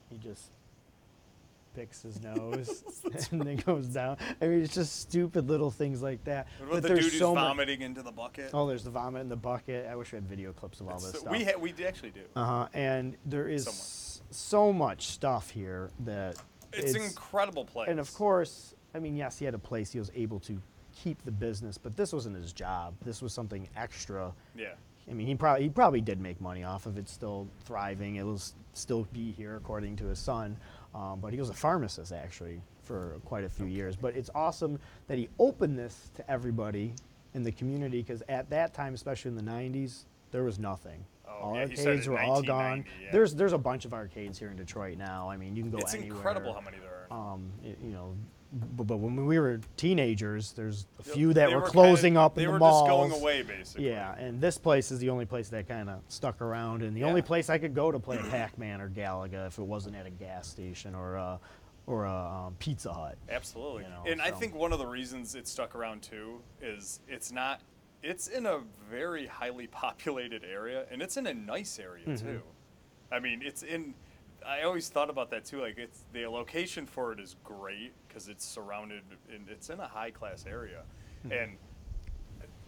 A: he just picks his nose and then goes down. I mean, it's just stupid little things like that.
B: What
A: But
B: about the
A: there's
B: dude who's
A: so mu-
B: vomiting into the bucket?
A: Oh, there's the vomit in the bucket. I wish we had video clips of all
B: So
A: this stuff.
B: we ha- we d- actually do.
A: uh huh. And there is
B: Somewhere.
A: s- so much stuff here that
B: it's, incredible place.
A: and of course, I mean, yes, he had a place. He was able to keep the business, but this wasn't his job. This was something extra.
B: yeah.
A: I mean, he probably he probably did make money off of it. Still thriving. It'll s- still be here, according to his son. Um, but he was a pharmacist actually for quite a few years. But it's awesome that he opened this to everybody in the community because at that time, especially in the '90s, there was nothing.
B: Oh,
A: all
B: yeah, he started
A: arcades
B: in
A: were all gone.
B: 1990, yeah.
A: There's there's a bunch of arcades here in Detroit now. I mean, you can go
B: It's
A: anywhere
B: incredible how many there are.
A: um, y- you know, but, but when we were teenagers, there's a
B: Yep.
A: few that
B: They
A: were,
B: were kinda-
A: closing up
B: they
A: in the
B: were
A: malls.
B: just going away, basically.
A: Yeah, and this place is the only place that kind of stuck around, and the only
B: Yeah.
A: place I could go to play Pac-Man or Galaga if it wasn't at a gas station or a, or a um, Pizza Hut.
B: Absolutely.
A: you know,
B: and I
A: so-
B: think one of the reasons it stuck around too is it's not it's in a very highly populated area and it's in a nice area
A: Mm-hmm.
B: too. I mean, it's in I always thought about that too like it's the location for it is great cuz it's surrounded and it's in a high class area.
A: Hmm.
B: And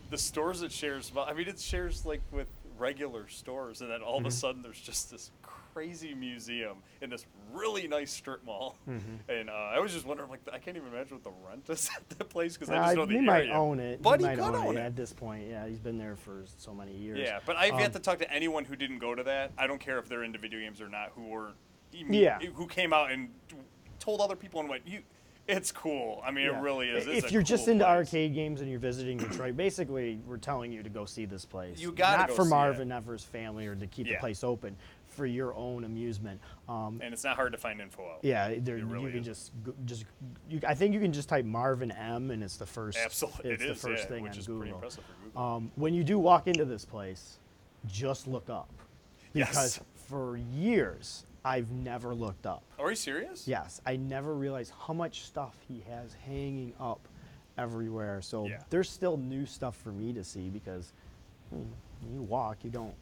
B: the stores it shares well, I mean it shares like with regular stores and then all
A: Mm-hmm.
B: of a sudden there's just this crazy museum in this really nice strip mall
A: Mm-hmm.
B: and uh, I was just wondering like I can't even imagine what the rent is at that place because I just
A: Uh,
B: know the
A: he might
B: area.
A: own it.
B: but
A: he
B: he,
A: might
B: could own
A: yeah,
B: it,
A: at this point. Yeah, he's been there for so many years.
B: yeah but I've
A: Um,
B: yet to talk to anyone who didn't go to that I don't care if they're into video games or not who were imme-
A: Yeah.
B: who came out and t- told other people and went you it's cool I mean
A: Yeah.
B: it really is
A: If
B: It's a
A: you're just
B: cool
A: into
B: place.
A: arcade games and you're visiting Detroit, basically we're telling you to go see this place.
B: You gotta
A: not
B: go
A: for
B: see
A: Marvin,
B: it.
A: not for his family, or to keep the
B: Yeah.
A: place open for your own amusement. Um,
B: and it's not hard to find info out
A: yeah, there, you
B: really
A: can
B: is.
A: just go- just you, I think you can just type Marvin M and it's the first.
B: absolutely
A: it's
B: it
A: the
B: is,
A: first
B: yeah,
A: thing
B: which
A: on
B: is pretty
A: Google.
B: impressive for Google.
A: Um, when you do walk into this place, just look up
B: Yes.
A: because for years I've never looked up.
B: Are you serious?
A: Yes, I never realized how much stuff he has hanging up everywhere. So
B: Yeah.
A: there's still new stuff for me to see because I mean, you walk, you don't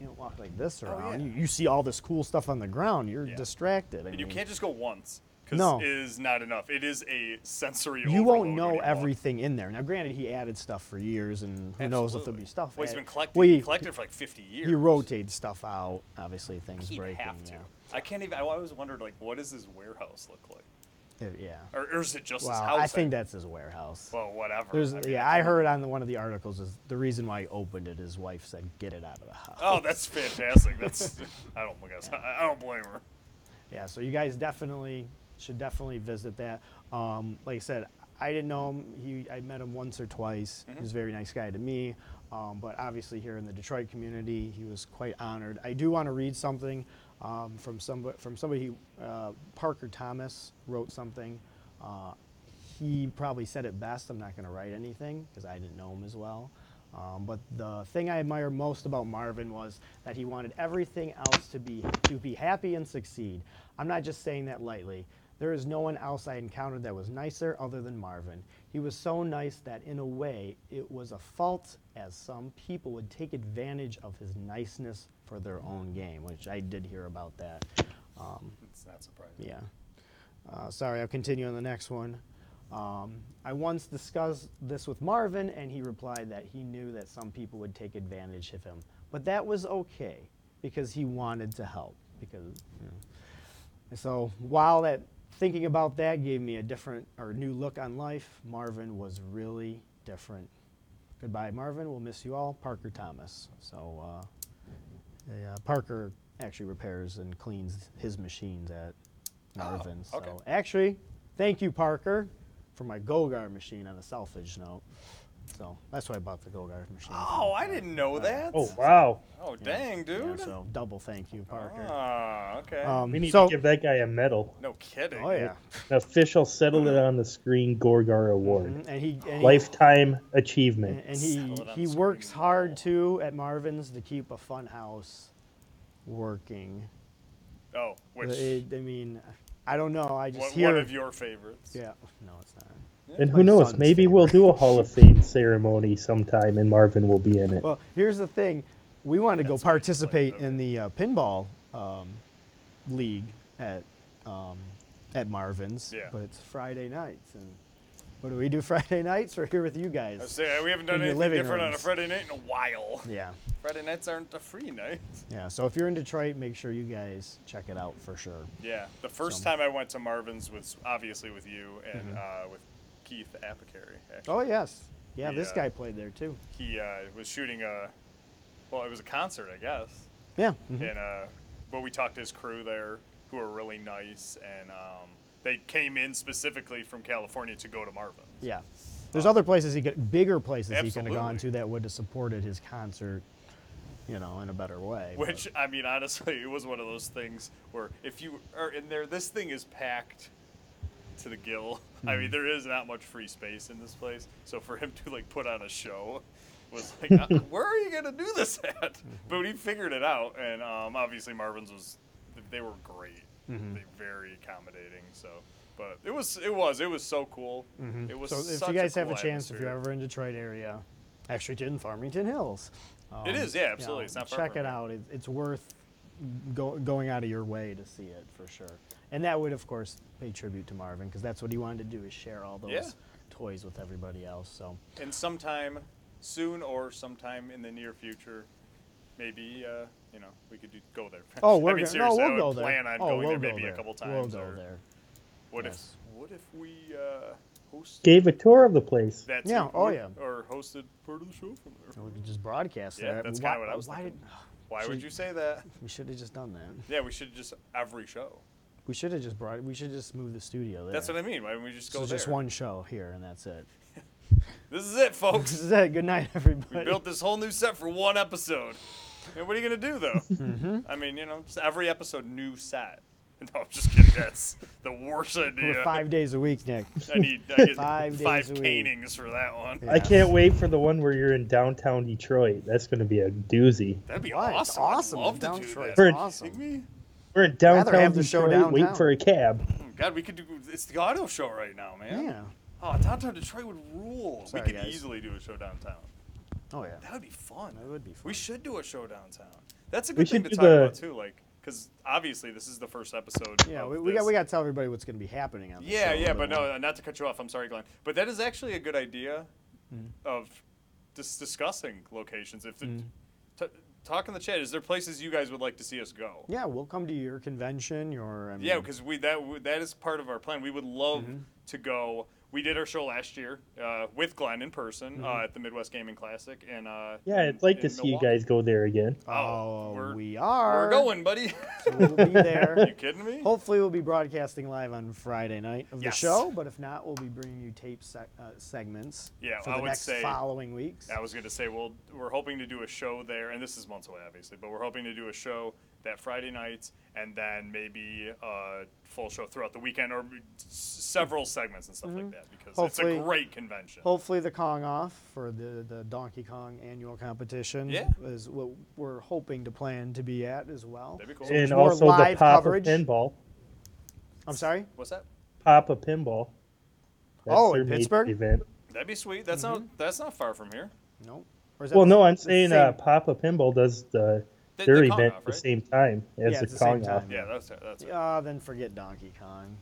A: you don't walk like this around.
B: Oh, yeah.
A: you, you see all this cool stuff on the ground. You're
B: Yeah.
A: distracted. I
B: And you
A: mean,
B: can't just go once because
A: No.
B: it is not enough. It is a sensory.
A: you
B: overload
A: won't
B: when
A: know
B: walk.
A: everything in there. Now, granted, he added stuff for years, and who knows if there'll be
B: Absolutely.
A: stuff.
B: Well, he's
A: added.
B: been collecting.
A: Well,
B: he
A: he-
B: collected for like 50 years.
A: He rotates stuff out. Obviously, things
B: He'd
A: breaking.
B: have to.
A: yeah.
B: I can't even. I always wondered like, what does his warehouse look like,
A: It- yeah.
B: or, or is it just his
A: Well,
B: house?
A: I think that's his warehouse.
B: Well, whatever.
A: There's,
B: I mean,
A: yeah, I heard on the, one of the articles is the reason why he opened it. His wife said, "Get it out of the house."
B: Oh, that's fantastic. That's. I don't. I guess, I, I don't blame her.
A: Yeah, so you guys definitely should definitely visit that. Um, like I said, I didn't know him. He, I met him once or twice. He was a very nice guy to me. Um, but obviously, here in the Detroit community, he was quite honored. I do want to read something um, from somebody. From somebody, uh, Parker Thomas wrote something. Uh, he probably said it best. I'm not going to write anything because I didn't know him as well. Um, but the thing I admire most about Marvin was that he wanted everything else to be to be happy and succeed. I'm not just saying that lightly. There is no one else I encountered that was nicer other than Marvin. He was so nice that in a way it was a fault as some people would take advantage of his niceness for their own game, which I did hear about that. Um,
B: It's not surprising.
A: yeah. Uh, sorry, I'll continue on the next one. Um, I once discussed this with Marvin, and he replied that he knew that some people would take advantage of him. But that was okay because he wanted to help. Because, you know. And so while that thinking about that gave me a different or new look on life, Marvin was really different. Goodbye, Marvin. We'll miss you all. Parker Thomas. So uh,
B: uh,
A: yeah, Parker actually repairs and cleans his machines at Marvin's.
B: Oh, okay.
A: So actually, thank you, Parker, for my Golgar machine on a selfish note. So that's why I bought the Golgar machine.
B: Oh,
A: from.
B: I didn't know that.
C: Oh wow,
B: Oh, dang,
A: Uh, Yeah,
B: dude.
A: so double thank you, Parker.
B: Ah, okay.
A: Um,
C: we need
A: so,
C: to give that guy a medal.
B: no kidding.
A: Oh yeah,
C: An official settled it on the screen Gorgar Award,
A: Mhm, and he and he-
C: lifetime
A: and,
C: achievement.
A: and
B: Sell
A: he
B: it on
A: he
B: the
A: works
B: screen wall.
A: hard too at Marvin's to keep a fun house working.
B: Oh,
A: Uh,
B: which
A: it- I mean, I don't know. I just
B: What,
A: hear.
B: one of your favorites.
A: yeah. No, it's not.
C: And
A: My
C: who knows?
A: son's
C: Maybe we'll do a Hall of Fame ceremony sometime, and Marvin will be in it.
A: Well, here's the thing. We wanted to go
B: That's what he played,
A: participate
B: okay.
A: in the uh, pinball um, league at um, at Marvin's,
B: Yeah.
A: but it's Friday nights, and what do we do Friday nights? We're here with you
B: I
A: guys.
B: say, we haven't done
A: In your
B: anything
A: living
B: different on a
A: rooms.
B: Friday night in a while.
A: Yeah,
B: Friday nights aren't a free night.
A: yeah. So if you're in Detroit, make sure you guys check it out for sure.
B: Yeah, the first
A: Some- Mm-hmm.
B: time I went to Marvin's was obviously with you and uh, with Keith Apicary. actually.
A: Oh yes, yeah. This
B: Yeah.
A: guy played there too.
B: He uh, was shooting a, well, it was a concert, I guess.
A: Yeah. mhm.
B: And uh, but we talked to his crew there, who were really nice, and um, they came in specifically from California to go to Marvin's.
A: Yeah. There's other places he could, bigger places he could have gone
B: Absolutely.
A: to that would have supported his concert, you know, in a better way. but-
B: Which I mean, honestly, it was one of those things where if you are in there, this thing is packed to the gill. I
A: Hmm.
B: mean, there is not much free space in this place, so for him to like put on a show was like, uh, where are you gonna do this at?
A: Mm-hmm.
B: But he figured it out, and um, obviously Marvin's was they were great,
A: Mm-hmm.
B: they very accommodating. So, but it was it was it was so cool. It was
A: Mm-hmm. So if
B: such
A: you guys have a
B: cool
A: chance, if you're ever
B: atmosphere.
A: in Detroit area, actually it's in Farmington Hills. Um,
B: is, yeah,
A: you know,
B: absolutely. It's not far
A: check
B: from
A: it
B: here.
A: out. It, it's worth go, going out of your way to see it for sure. And that would, of course, pay tribute to Marvin because that's what he wanted to do is share all those
B: Yeah.
A: toys with everybody else. So
B: and sometime soon or sometime in the near future, maybe uh, you know we could do, go there.
A: oh,
B: I
A: we're
B: mean,
A: gonna, no, we'll
B: seriously, I would
A: go there.
B: plan on
A: oh,
B: going
A: we'll
B: there
A: go
B: maybe
A: there.
B: a couple
A: We'll
B: times.
A: go
B: or
A: there.
B: What
A: yes.
B: if what if we uh, host
C: Gave a tour of the place.
B: that?
A: Yeah,
B: too,
A: oh,
B: or-
A: yeah. Oh,
B: Or hosted part of the show from there.
A: We could just broadcast
B: Yeah,
A: there.
B: that's
A: Why-
B: kinda what I was
A: why
B: thinking.
A: did-
B: Why would
A: Should-
B: you say that?
A: we should have just done that.
B: Yeah, we should just every show.
A: We should have just brought. We should just move the studio there.
B: That's what I mean. Why don't we just
A: So
B: go there?
A: just one show here, and that's it.
B: This is it,
A: This
B: folks.
A: is it. Good night, everybody.
B: we built this whole new set for one episode. And what are you gonna do though?
A: Mm-hmm.
B: I mean, you know, just every episode new set. No, I'm just kidding. That's the worst idea.
A: We're five days a week, Nick.
B: I need I get
A: Five
B: five,
A: days a week.
B: canings for that one.
A: Yeah.
C: I can't wait for the one where you're in downtown Detroit. That's going to be a doozy.
B: That'd be
A: Why? It's
B: awesome.
A: awesome.
B: I'd love
A: Down
B: to do
A: Detroit.
B: that.
C: Bird.
B: Kidding me?
C: We're in downtown
A: have the show
C: Detroit. Wait
A: downtown.
C: for a cab.
B: Oh, God, we could do. It's the auto show right now, man.
A: Yeah.
B: Oh, downtown Detroit would rule.
A: Sorry,
B: we could
A: guys.
B: easily do a show downtown.
A: Oh yeah.
B: That would be fun.
A: That would be fun.
B: We should do a show downtown. That's a
C: We
B: good thing to
C: should do
B: talk
C: the-
B: about too, like, because obviously this is the first episode.
A: Yeah,
B: of
A: we, we got we
B: this.
A: got to tell everybody what's going to be happening on. The
B: Yeah,
A: show,
B: yeah,
C: uh,
B: but no, uh, not to cut you off. I'm sorry, Glenn. But that is actually a good idea
C: Mm.
B: of just discussing locations. If the, t- talk in the chat, is there places you guys would like to see us go?
A: Yeah, we'll come to your convention. Your I mean,
B: Yeah, because we that w- that is part of our plan. We would love
C: Mm-hmm.
B: to go. We did our show last year uh, with Glenn in person uh, at the Midwest Gaming Classic, and uh,
C: Mm-hmm. Yeah,
B: in-
C: I'd like to
B: in
C: see you
B: Milwaukee.
C: guys go there again.
B: Oh,
A: oh,
B: we're-
A: we are.
B: We're going, buddy.
A: So we'll be
B: Are you
A: there.
B: kidding me?
A: Hopefully, we'll be broadcasting live on Friday night of
B: Yes.
A: the show. But if not, we'll be bringing you tape sec- uh, segments.
B: Yeah,
A: for
B: I
A: the
B: would
A: next
B: say-
A: following weeks.
B: I was going to say, well, we're hoping to do a show there, and this is months away, obviously, but we're hoping to do a show that Friday night, and then maybe a full show throughout the weekend, or s- several segments and stuff like that, because
A: Hopefully-
B: it's a great convention.
A: Hopefully, the Kong off for the, the Donkey Kong annual competition
B: Yeah.
A: is what we're hoping to plan to be at as well.
B: That'd be cool.
C: and
A: more
C: also the
A: live
C: Papa
A: coverage.
C: Pinball.
A: I'm sorry.
B: What's that?
C: Papa Pinball.
A: Oh,
C: their
A: in
C: major
A: Pittsburgh?
C: Event.
B: That'd be sweet. That's not that's not far from here.
A: Nope. Or is that
C: Well,
A: the-
C: no, I'm
A: the
C: saying
A: same-
C: uh, Papa Pinball does the,
B: The-
C: their
B: the Kong
C: event
B: Off,
C: the
B: right?
C: same time as
A: Yeah,
C: the
A: it's the same
C: Kong Off.
A: time.
B: Yeah, that's that's right.
A: Ah, then forget Donkey Kong.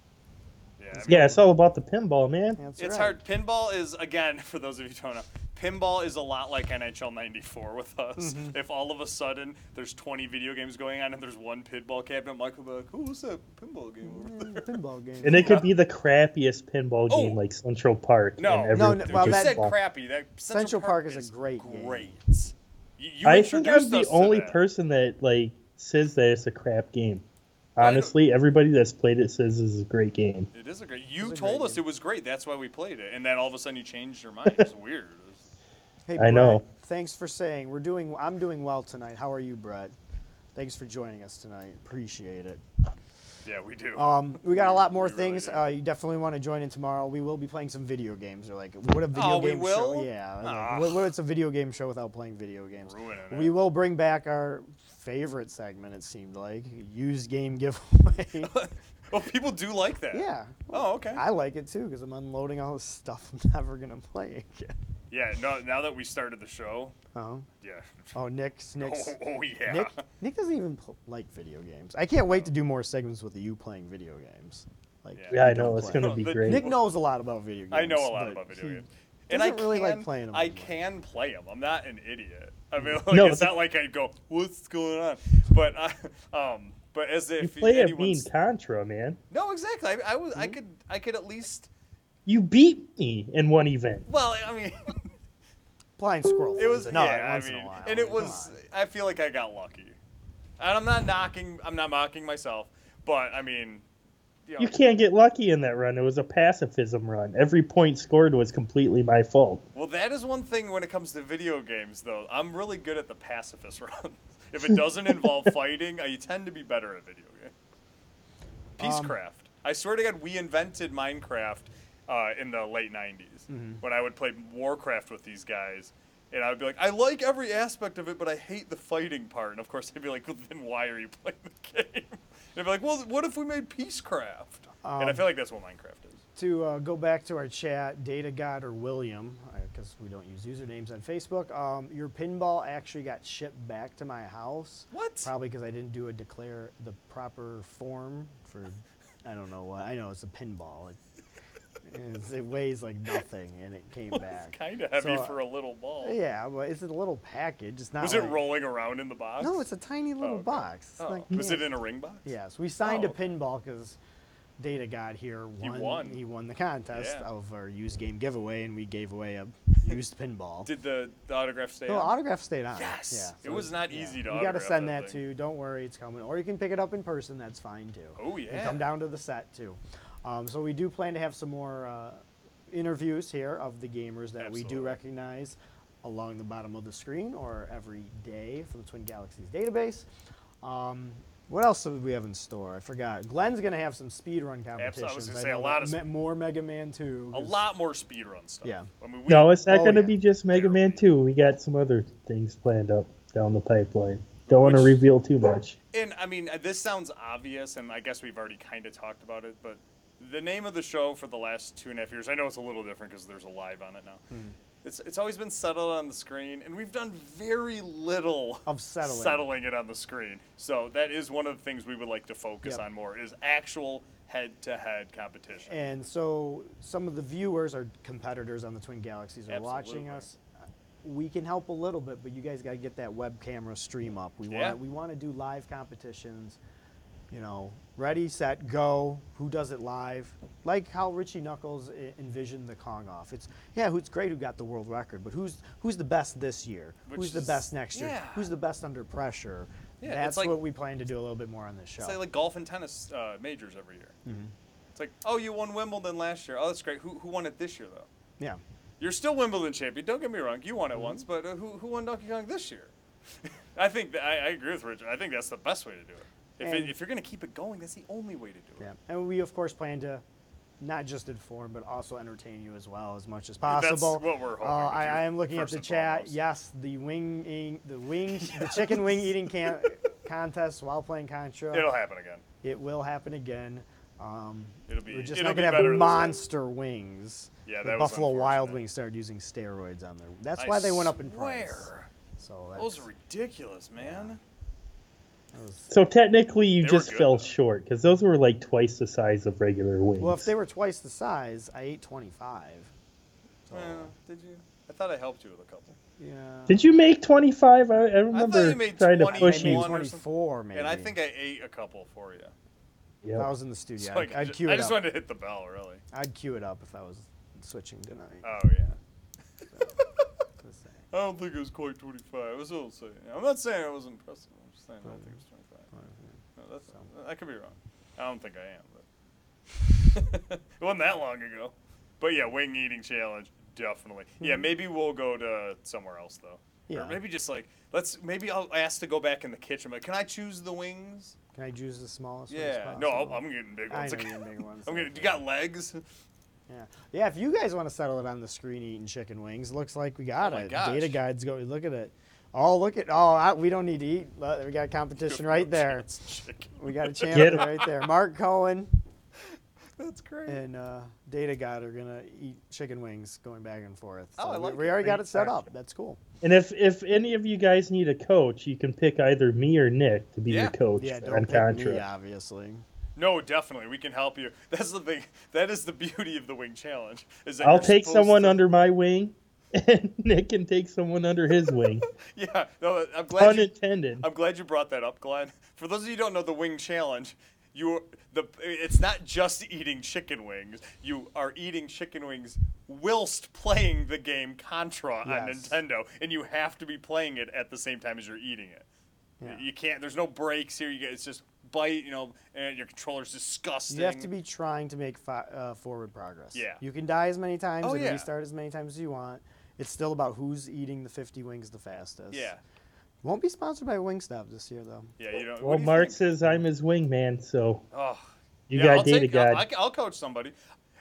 B: yeah. I mean,
C: Yeah, it's all about the pinball, man.
A: That's
B: It's
A: right.
B: hard. Pinball is again for those of you who don't know. Pinball is a lot like NHL '94 with us.
C: Mm-hmm.
B: If all of a sudden there's 20 video games going on and there's one pinball cabinet, Michael will be like, "Oh, what's that pinball game over there?"
A: Mm, Pinball game.
C: And it could be the crappiest pinball
B: Oh.
C: game like Central Park.
B: No,
C: and everyone
A: No, no,
C: can
A: well,
B: you
C: just
A: that-
B: said
C: walk.
B: crappy. That Central,
A: Central Park is a great game.
B: Great. You, you
C: I think I'm
B: introduced
C: the
B: us to
C: only
B: that.
C: person that like says that it's a crap game.
B: I don't-
C: Honestly, everybody that's played it says it's a great game.
B: It is a great. You
A: It's a
B: told
A: great
B: us
A: game.
B: it was great. That's why we played it. And then all of a sudden you changed your mind. It's weird. It was-
A: Hey,
C: I know.
A: Brett, Thanks for saying. We're doing. I'm doing well tonight. How are you, Brett? Thanks for joining us tonight. Appreciate it.
B: yeah, we do.
A: Um, we got a lot more
B: We really
A: things.
B: do.
A: uh, you definitely want to join in tomorrow. We will be playing some video games. Or like, what a video
B: Oh, we
A: game show!
B: will?
A: Yeah, like,
B: Ah.
A: what, what- it's a video game show without playing video games.
B: Ruining
A: we
B: it.
A: will bring back our favorite segment. It seemed like used game giveaway.
B: Oh, people do like that.
A: Yeah.
B: Oh, okay.
A: I like it too because I'm unloading all this stuff I'm never gonna play again.
B: yeah. No, now that we started the show,
A: Oh,
B: yeah.
A: oh, Nick's
B: Oh,
A: Nick's
B: oh, yeah.
A: Nick Nick doesn't even pl- like video games. I can't wait to do more segments with you playing video games. Like
B: Yeah.
A: you
C: Yeah, I
A: don't
C: know it's
A: play.
C: gonna
B: No,
C: be
B: the-
C: great.
A: Nick knows a lot about video games.
B: I know a lot
A: but
B: about video
A: he
B: games.
A: doesn't really like playing 'em
B: I
A: anymore.
B: can play them. I'm not an idiot. I mean, like,
C: No,
B: it's
C: but-
B: not like I go, "What's going on?" But I, um, but as
C: you
B: if
C: play a mean
B: anyone's
C: Contra, man.
B: no, exactly. I, I was,
A: Hmm?
B: I could, I could at least.
C: You beat me in one event.
B: Well, I mean,
A: Blind squirrel.
B: it was
A: Flies. no,
B: yeah. I
A: once
B: mean,
A: in a while.
B: and it
A: Come on.
B: was. I feel like I got lucky, and I'm not knocking. I'm not mocking myself, but I mean, you know,
C: You can't get lucky in that run. It was a pacifism run. Every point scored was completely my fault.
B: Well, that is one thing when it comes to video games, though. I'm really good at the pacifist rounds. if it doesn't involve fighting, I tend to be better at video games.
A: Um,
B: Peacecraft. I swear to God, we invented Minecraft uh, in the late 90s
A: Mm-hmm.
B: when I would play Warcraft with these guys. And I would be like, I like every aspect of it, but I hate the fighting part. And of course, they'd be like, well, then why are you playing the game? And I'd be like, well, what if we made Peacecraft? and I
A: Um,
B: feel like that's what Minecraft is.
A: to uh, go back to our chat, Data God or William, because we don't use usernames on Facebook, um, your pinball actually got shipped back to my house.
B: What?
A: Probably because I didn't do a declare the proper form for, I don't know what. I know it's a pinball. It, it's- it weighs like nothing, and it came back.
B: Kind of heavy
A: So,
B: for a little ball.
A: Yeah, but it's a little package. It's not.
B: Was it
A: like-
B: rolling around in the box?
A: No, it's a tiny little
B: okay.
A: box. It's
B: Oh.
A: like-
B: was
A: yeah.
B: it in a ring box?
A: Yes, we signed
B: Oh,
A: a
B: okay.
A: pinball because Data God here won.
B: won.
A: he won the contest
B: Yeah.
A: of our used game giveaway, and we gave away a used pinball.
B: Did the, the autograph stay?
A: the
B: on?
A: autograph stayed on.
B: Yes!
A: Yeah,
B: It was not easy to
A: You gotta
B: autograph
A: send
B: that
A: that
B: thing.
A: too. Don't worry, it's coming. Or you can pick it up in person. That's fine too.
B: Oh,
A: You can
B: yeah.
A: come down to the set too. Um, so we do plan to have some more uh, interviews here of the gamers that we do
B: Absolutely.
A: recognize along the bottom of the screen or every day from the Twin Galaxies database. Um, what else do we have in store? I forgot. Glenn's gonna have some speedrun competitions.
B: gonna say a
A: know
B: lot
A: that
B: of sp-
A: Me- more Mega Man Two.
B: a
A: 'cause-
B: lot more speedrun stuff.
A: Yeah.
B: I mean, we,
C: No, it's not
A: Oh,
C: going to
A: yeah.
C: be just Mega Man 2. We got some other things planned up down the pipeline. Don't want to
B: Which-
C: reveal too much.
B: and I mean, uh, this sounds obvious, and I guess we've already kind of talked about it, but the name of the show for the last two and a half years, I know it's a little different because there's a live on it now.
A: Hmm.
B: It's, it's always been settled on the screen, and we've done very little
A: Of settling.
B: settling it on the screen. So that is one of the things we would like to focus
A: Yep.
B: on more is actual head-to-head competition.
A: And so some of the viewers or competitors on the Twin Galaxies are watching
B: Absolutely.
A: us. We can help a little bit, but you guys got to get that web camera stream up. We
B: Yeah.
A: want we want to do live competitions. You know, ready, set, go. Who does it live? Like how Richie Knuckles e- envisioned the Kong off. It's yeah, who- it's great who got the world record, but who's who's the best this year?
B: Which
A: who's the
B: is-
A: best next year?
B: yeah.
A: Who's the best under pressure?
B: Yeah, it's
A: That's
B: like-
A: what we plan to do a little bit more on this show.
B: It's like, like golf and tennis uh, majors every year.
A: Mm-hmm.
B: It's like, oh, you won Wimbledon last year. Oh, that's great. Who, who won it this year, though?
A: yeah.
B: You're still Wimbledon champion. Don't get me wrong. You won
A: Mm-hmm.
B: it once, but uh, who, who won Donkey Kong this year? I think that, I, I agree with Richard. I think that's the best way to do it. If,
A: And-
B: it, if you're going to keep it going, that's the only way to do it.
A: Yeah, and we of course plan to not just inform but also entertain you as well as much as
B: That's
A: possible.
B: what we're hoping
A: Uh,
B: to
A: I,
B: do,
A: I am looking at
B: first
A: the
B: and
A: chat.
B: foremost.
A: Yes, the wing, eating, the wing, the chicken wing eating can- contest while playing Contra.
B: It'll happen again.
A: It will happen again. Um,
B: It'll be-
A: we're just
B: it'll
A: not
B: be
A: gonna
B: better
A: have
B: this time.
A: monster wings.
B: Yeah,
A: the
B: that was
A: Buffalo Wild
B: unfortunate.
A: Wings started using steroids on their. That's
B: I
A: why they went up in price.
B: swear.
A: So
B: Those
A: that's,
B: are ridiculous, man.
A: that was,
C: So technically, you
B: They were
C: just
B: good,
C: fell
B: though.
C: short because those were like twice the size of regular wings.
A: well, if they were twice the size, I ate twenty-five. So,
B: Well, did you? I thought I helped you with a couple.
A: yeah.
C: Did you make 25? I, I
B: thought
C: remember
B: you made
C: trying to
B: 20.
C: push
A: I made
C: you.
B: One or something.
A: 24, maybe.
B: And I think I ate a couple for you.
C: Yep.
A: If I was in the studio,
B: So I,
A: I'd,
B: could
A: I'd
B: ju-
A: cue
B: I
A: it
B: just
A: up.
B: wanted to hit the bell, really.
A: I'd cue it up if I was switching tonight.
B: Oh, yeah.
A: Let's see.
B: I don't think it was quite 25. That's all I'm saying. I'm not saying I was impressive. I'm just saying I don't think it was 25. No, that's, I could be wrong. I don't think I am, but it wasn't that long ago. But yeah, wing eating challenge, definitely. Yeah, maybe we'll go to somewhere else though.
A: Mm-hmm. Yeah.
B: Or maybe just like let's maybe I'll ask to go back in the kitchen. Like, can I choose the wings?
A: Can I choose the smallest
B: Yeah.
A: one?
B: No, I'll, I'm getting big
A: I
B: ones.
A: know
B: again.
A: you're getting big ones.
B: I'm gonna. You got legs?
A: Yeah. yeah, if you guys want to settle it on the screen eating chicken wings, looks like we got
B: Oh my
A: it.
B: gosh.
A: Data guides go. Look at it. Oh, look at. Oh, I, we don't need to eat. Look, We got competition right there.
B: It's chicken.
A: We got a chance
C: Get 'em.
A: right there. Mark Cohen,
B: That's great.
A: and uh, Data God are gonna eat chicken wings going back and forth.
B: Oh, I
A: we-
B: like
A: we,
B: it.
A: already got it set
C: Alright.
A: up. That's cool.
C: And if if any of you guys need a coach, you can pick either me or Nick to be
B: Yeah.
C: your coach
A: Yeah,
C: on
A: don't pick me,
C: contract.
A: obviously.
B: no, definitely, we can help you. That's the big. That is the beauty of the wing challenge. Is that
C: I'll
B: you're
C: take
B: supposed
C: someone
B: to-
C: under my wing, and Nick can take someone under his wing.
B: Yeah, no, I'm glad.
C: Pun
B: You,
C: intended.
B: I'm glad you brought that up, Glenn. For those of you who don't know the wing challenge, you are- the it's not just eating chicken wings. You are eating chicken wings whilst playing the game Contra on
A: Yes.
B: Nintendo, and you have to be playing it at the same time as you're eating it.
A: Yeah.
B: You can't. There's no breaks here. You get it's just bite. You know, and your controller's disgusting.
A: You have to be trying to make fi- uh, forward progress.
B: Yeah.
A: You can die as many times
B: Oh,
A: and
B: yeah.
A: restart as many times as you want. It's still about who's eating the 50 wings the fastest.
B: Yeah,
A: Won't be sponsored by Wingstop this year though.
B: yeah. You know. what
C: well,
B: do you
C: Mark
B: think?
C: says I'm his wingman, so
B: Oh,
C: you
B: yeah,
C: got
B: I'll
C: data
B: take,
C: god.
B: I'll, I c- I'll coach somebody.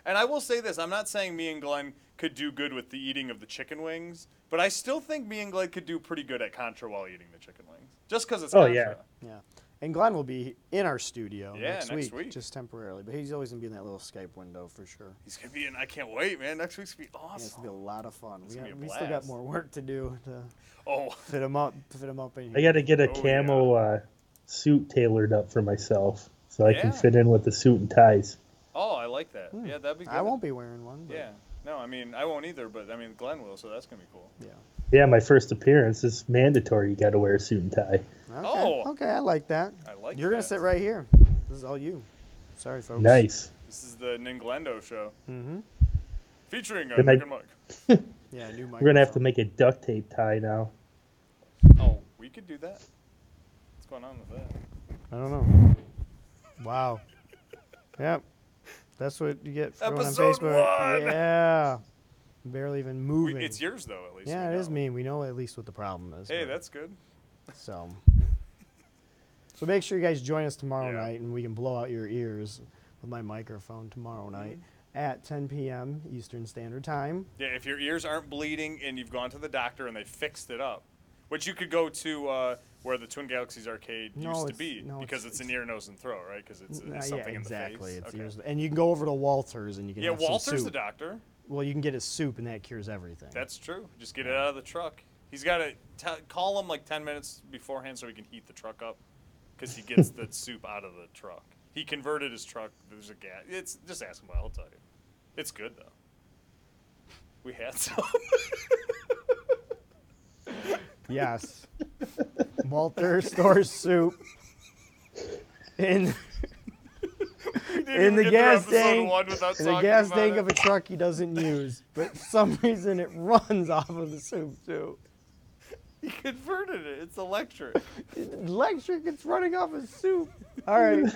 B: And I will say this: I'm not saying me and Glenn could do good with the eating of the chicken wings, but I still think me and Glenn could do pretty good at Contra while eating the chicken wings, just because it's
C: Oh,
B: Contra.
C: yeah.
A: Yeah. And Glenn will be in our studio
B: Yeah,
A: next,
B: next
A: week,
B: week.
A: just temporarily. But he's always gonna be in that little Skype window for sure.
B: He's gonna be, and I can't wait, man. Next week's gonna be
A: Yeah, it's
B: awesome.
A: gonna be a lot of fun. We,
B: gonna
A: got-
B: be a
A: we still got
B: blast.
A: more work to do to
B: oh,
A: fit him up, fit him up in here.
C: I got to get a
B: Oh,
C: camo uh, suit tailored up for myself so I
B: Yeah.
C: can fit in with the suit and ties.
B: oh, I like that. Yeah, that'd be. Good.
A: Hmm. I won't be wearing one. But
B: Yeah, no, I mean I won't either, but I mean Glenn will, so that's gonna be cool.
A: Yeah.
C: Yeah, my first appearance is mandatory. You got to wear a suit and tie.
A: Okay.
B: Oh.
A: Okay, I like that.
B: I like
A: You're gonna
B: that.
A: sit right here. This is all you. Sorry, folks.
C: Nice.
B: This is the Ninglendo show
A: Mm-hmm.
B: featuring uh,
C: Good night.
B: Nick and Mike.
A: Yeah, new microphone.
C: We're gonna have to make a duct tape tie now.
B: Oh, we could do that. What's going on with that?
A: I don't know. Wow. Yep. That's what you get for going on
B: Episode
A: Facebook.
B: one!
A: Yeah. Barely even
B: We,
A: moving.
B: it's yours though, at least.
A: yeah,
B: we
A: it is
B: know.
A: me. We know at least what the problem is.
B: Hey,
A: but-
B: that's good.
A: so. So make sure you guys join us tomorrow
B: Yeah.
A: night, and we can blow out your ears with my microphone tomorrow
B: Mm-hmm.
A: night at 10 p.m. Eastern Standard Time.
B: Yeah, if your ears aren't bleeding and you've gone to the doctor and they fixed it up, which you could go to uh, where the Twin Galaxies arcade
A: No,
B: used to
A: it's-
B: be
A: no,
B: because
A: it's-
B: it's, an ear, nose, and throat, right? Because it's,
A: Uh,
B: it's something
A: yeah, exactly.
B: in the
A: It's
B: face.
A: ears- and you can go over to Walter's and you can
B: Yeah,
A: have some
B: Walter's the
A: soup.
B: doctor.
A: Well, you can get his soup, and that cures everything.
B: That's true. Just get it out of the truck. He's got to t- call him like 10 minutes beforehand so he can heat the truck up because he gets the soup out of the truck. He converted his truck. There's a gas. It's just ask him. I'll tell you. It's good though. We had some.
A: Yes. Walter stores soup in,
B: We didn't
A: in
B: even
A: the
B: get through
A: gas
B: episode
A: tank.
B: one without
A: In the
B: talking
A: gas
B: about
A: tank
B: it.
A: of a truck he doesn't use, but for some reason it runs off of the soup too.
B: He converted it. It's electric.
A: Electric, it's running off of soup. All right.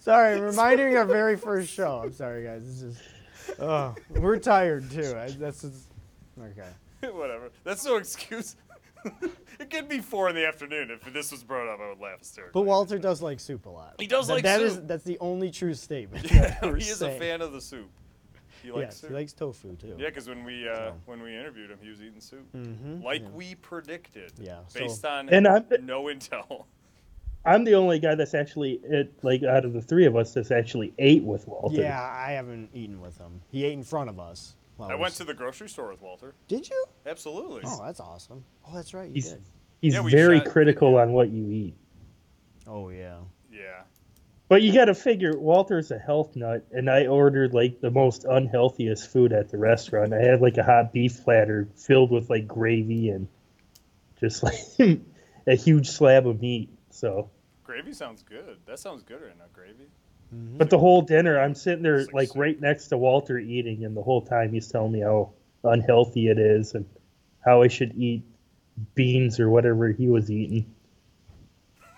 A: Sorry, I'm reminding our very first show. I'm sorry, guys. This is. Oh, we're tired too. I, that's just, okay.
B: Whatever. That's no excuse. it could be four in the afternoon. If this was brought up, I would laugh hysterically.
A: But Walter does like soup a lot.
B: He does
A: That-
B: like
A: that is-
B: soup.
A: that's the only true statement. that we're
B: he is a
A: saying.
B: fan of the soup. He likes
A: yes,
B: soup.
A: he likes tofu too.
B: yeah, because when we uh,
A: So.
B: when we interviewed him, he was eating soup,
A: Mhm,
B: like
A: yeah.
B: we predicted.
A: Yeah, so-
B: Based on
C: And I'm-
B: no intel.
C: I'm the only guy that's actually it, like out of the three of us that's actually ate with Walter.
A: Yeah, I haven't eaten with him. He ate in front of us.
B: I went to the grocery store with Walter.
A: Did you?
B: Absolutely.
A: Oh, that's awesome. Oh, that's right. You
C: He's-
A: did.
C: He's
B: Yeah, we
C: very
B: shot-
C: critical on what you eat.
A: Oh yeah.
B: Yeah.
C: But you got to figure Walter's a health nut, and I ordered like the most unhealthiest food at the restaurant. I had like a hot beef platter filled with like gravy and just like a huge slab of meat. So,
B: Gravy sounds good. That sounds good right now. Gravy.
C: but the whole dinner, I'm sitting there
B: It's like
C: like
B: soup.
C: right next to Walter eating, and the whole time he's telling me how unhealthy it is and how I should eat beans or whatever he was eating,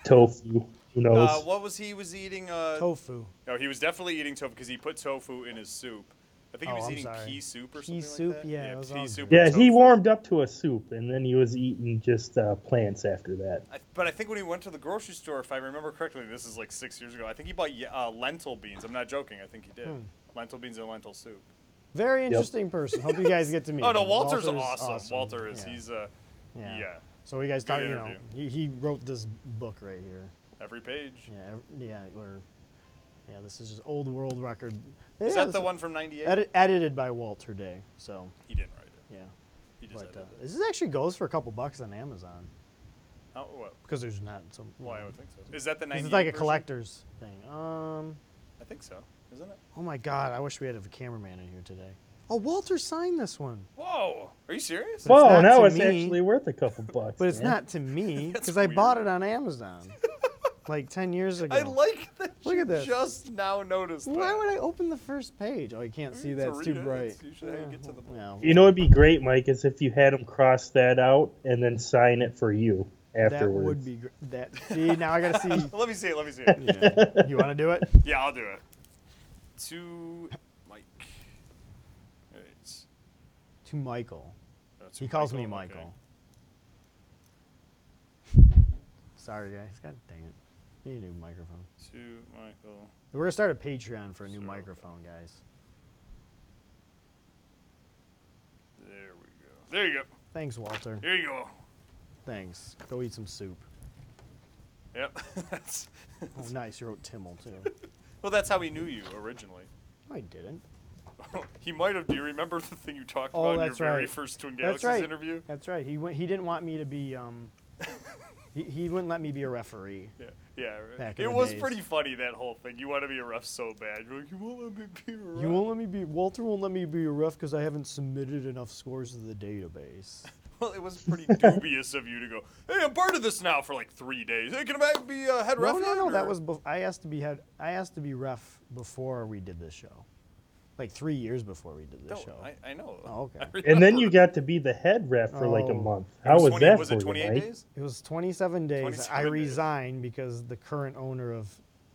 C: tofu. Who knows?
B: Uh, what was he was eating? Uh,
A: Tofu.
B: No, he was definitely eating tofu because he put tofu in his soup. I think he
A: Oh,
B: was
A: I'm
B: eating
A: sorry.
B: pea soup or
A: Pea
B: something
A: soup?
B: like that.
A: Yeah, it was all
B: pea soup.
A: good.
B: with
C: Yeah, he
B: tofu.
C: warmed up to a soup, and then he was eating just uh, plants after that.
B: I, but I think when he went to the grocery store, if I remember correctly, this is like six years ago. I think he bought ye- uh, lentil beans. I'm not joking. I think he did.
A: Hmm.
B: Lentil beans and lentil soup.
A: Very interesting person. Hope you guys get to meet.
B: Oh no,
A: him.
B: Walter's, awesome. Walter is.
A: Yeah.
B: He's uh, yeah.
A: So you guys
B: Good
A: thought you know
B: interview.
A: he, he wrote this book right here.
B: every page.
A: Yeah. ev- Yeah. Or Yeah, this is his old world record.
B: Is
A: Yeah,
B: that the
A: this-
B: one from '98?
A: edit, edited by Walter Day? So
B: He didn't write it.
A: yeah,
B: He just
A: but uh,
B: edited it.
A: this actually goes for a couple bucks on Amazon
B: Oh, what?
A: because there's not some.
B: Well, I would think so. Is that the
A: This
B: '98?
A: is like a
B: version?
A: collector's thing. Um,
B: I think so, isn't it?
A: oh my God, I wish we had a cameraman in here today. Oh, Walter signed this one,
B: Whoa! Are you serious?
A: But it's
C: Whoa,
A: not
C: Oh, now
A: to
C: it's
A: me.
C: actually worth a couple bucks.
A: but it's
C: man.
A: not to me
B: That's
A: because I bought
B: weird.
A: it on Amazon like ten years ago.
B: I like that.
A: Look
B: you
A: at this.
B: Just now noticed.
A: Why
B: that.
A: would I open the first page? Oh, you can't see
B: To
A: that. It's
B: read
A: too
B: it, it's
A: bright.
B: usually how you get to the book.
A: Yeah.
C: You know, it'd be great, Mike, is if you had him cross that out and then sign it for you
A: That
C: afterwards.
A: would be gr- that. See, now I gotta see.
B: Let me see it. Let me see it.
A: Yeah. You want to do it?
B: Yeah, I'll do it. To Mike. Alright.
A: To Michael.
B: Uh, to
A: He calls me
B: okay.
A: Michael. Sorry, guys. God dang it. Need a new microphone.
B: To Michael.
A: We're gonna start a Patreon for a new
B: Sure.
A: microphone, guys.
B: There we go. There you go.
A: Thanks, Walter.
B: There you go.
A: Thanks. Go eat some soup.
B: Yep. that's,
A: Oh, nice. You wrote Timmel too.
B: well, that's how he knew you originally.
A: I didn't.
B: he might have. Do you remember the thing you talked
A: Oh,
B: about in your
A: that's
B: very
A: right.
B: first Twin
A: That's
B: Galaxies
A: right.
B: interview?
A: That's right. He went, He didn't want me to be. Um, he, he wouldn't let me be a referee.
B: Yeah, yeah. right.
A: Back in
B: it
A: the
B: was
A: days.
B: pretty funny that whole thing. You want to be a ref so bad. You're like, you won't let me be a ref.
A: You won't let me be. Walter won't let me be a ref because I haven't submitted enough scores to the database.
B: Well, it was pretty dubious of you to go. Hey, I'm part of this now for like three days. Hey, can I be a head ref?
A: no, no,
B: now?"
A: no. That
B: Or-
A: was. Bef- I asked to be head. I asked to be ref before we did this show, like three years before we did
B: No,
A: this show.
B: I, I know.
A: Oh, okay.
B: I remember.
C: and then you got to be the head ref for like a
A: Oh.
C: month.
B: It
C: How was,
B: 20
C: that
B: Was
C: for
B: it
C: you,
B: 28
C: Mike?
B: days?
A: It was 27 days. I
B: 27 days.
A: resigned because the current owner of.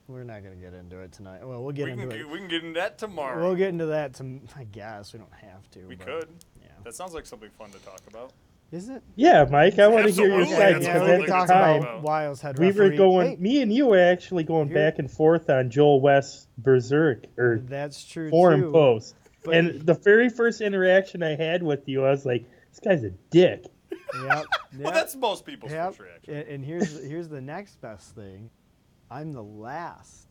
A: We're not gonna get into it tonight. Well, we'll get
B: We can,
A: into
B: g-
A: it.
B: we can get into that tomorrow.
A: We'll get into that. To, I guess we don't have to.
B: we
A: but-
B: could.
A: Yeah.
B: That sounds like something fun to talk about.
A: Is it?
C: Yeah, Mike, I want to hear your
B: Absolutely,
C: side
B: that's
A: yeah, we
B: what
C: because at
B: we're
A: were
C: the
A: talking
B: talking
C: time
B: about.
A: about Wiles head
C: we were
A: referee.
C: going.
A: Hey,
C: Me and you were actually going
A: Here-
C: back and forth on Joel West Berserk or
A: that's true
C: Foreign
A: too.
C: Post.
A: But-
C: and the very first interaction I had with you, I was like, "This guy's a dick."
A: Yep.
B: Well,
A: yep.
B: that's most people's
A: Yep.
B: first reaction.
A: And, and here's here's the next best thing. I'm the last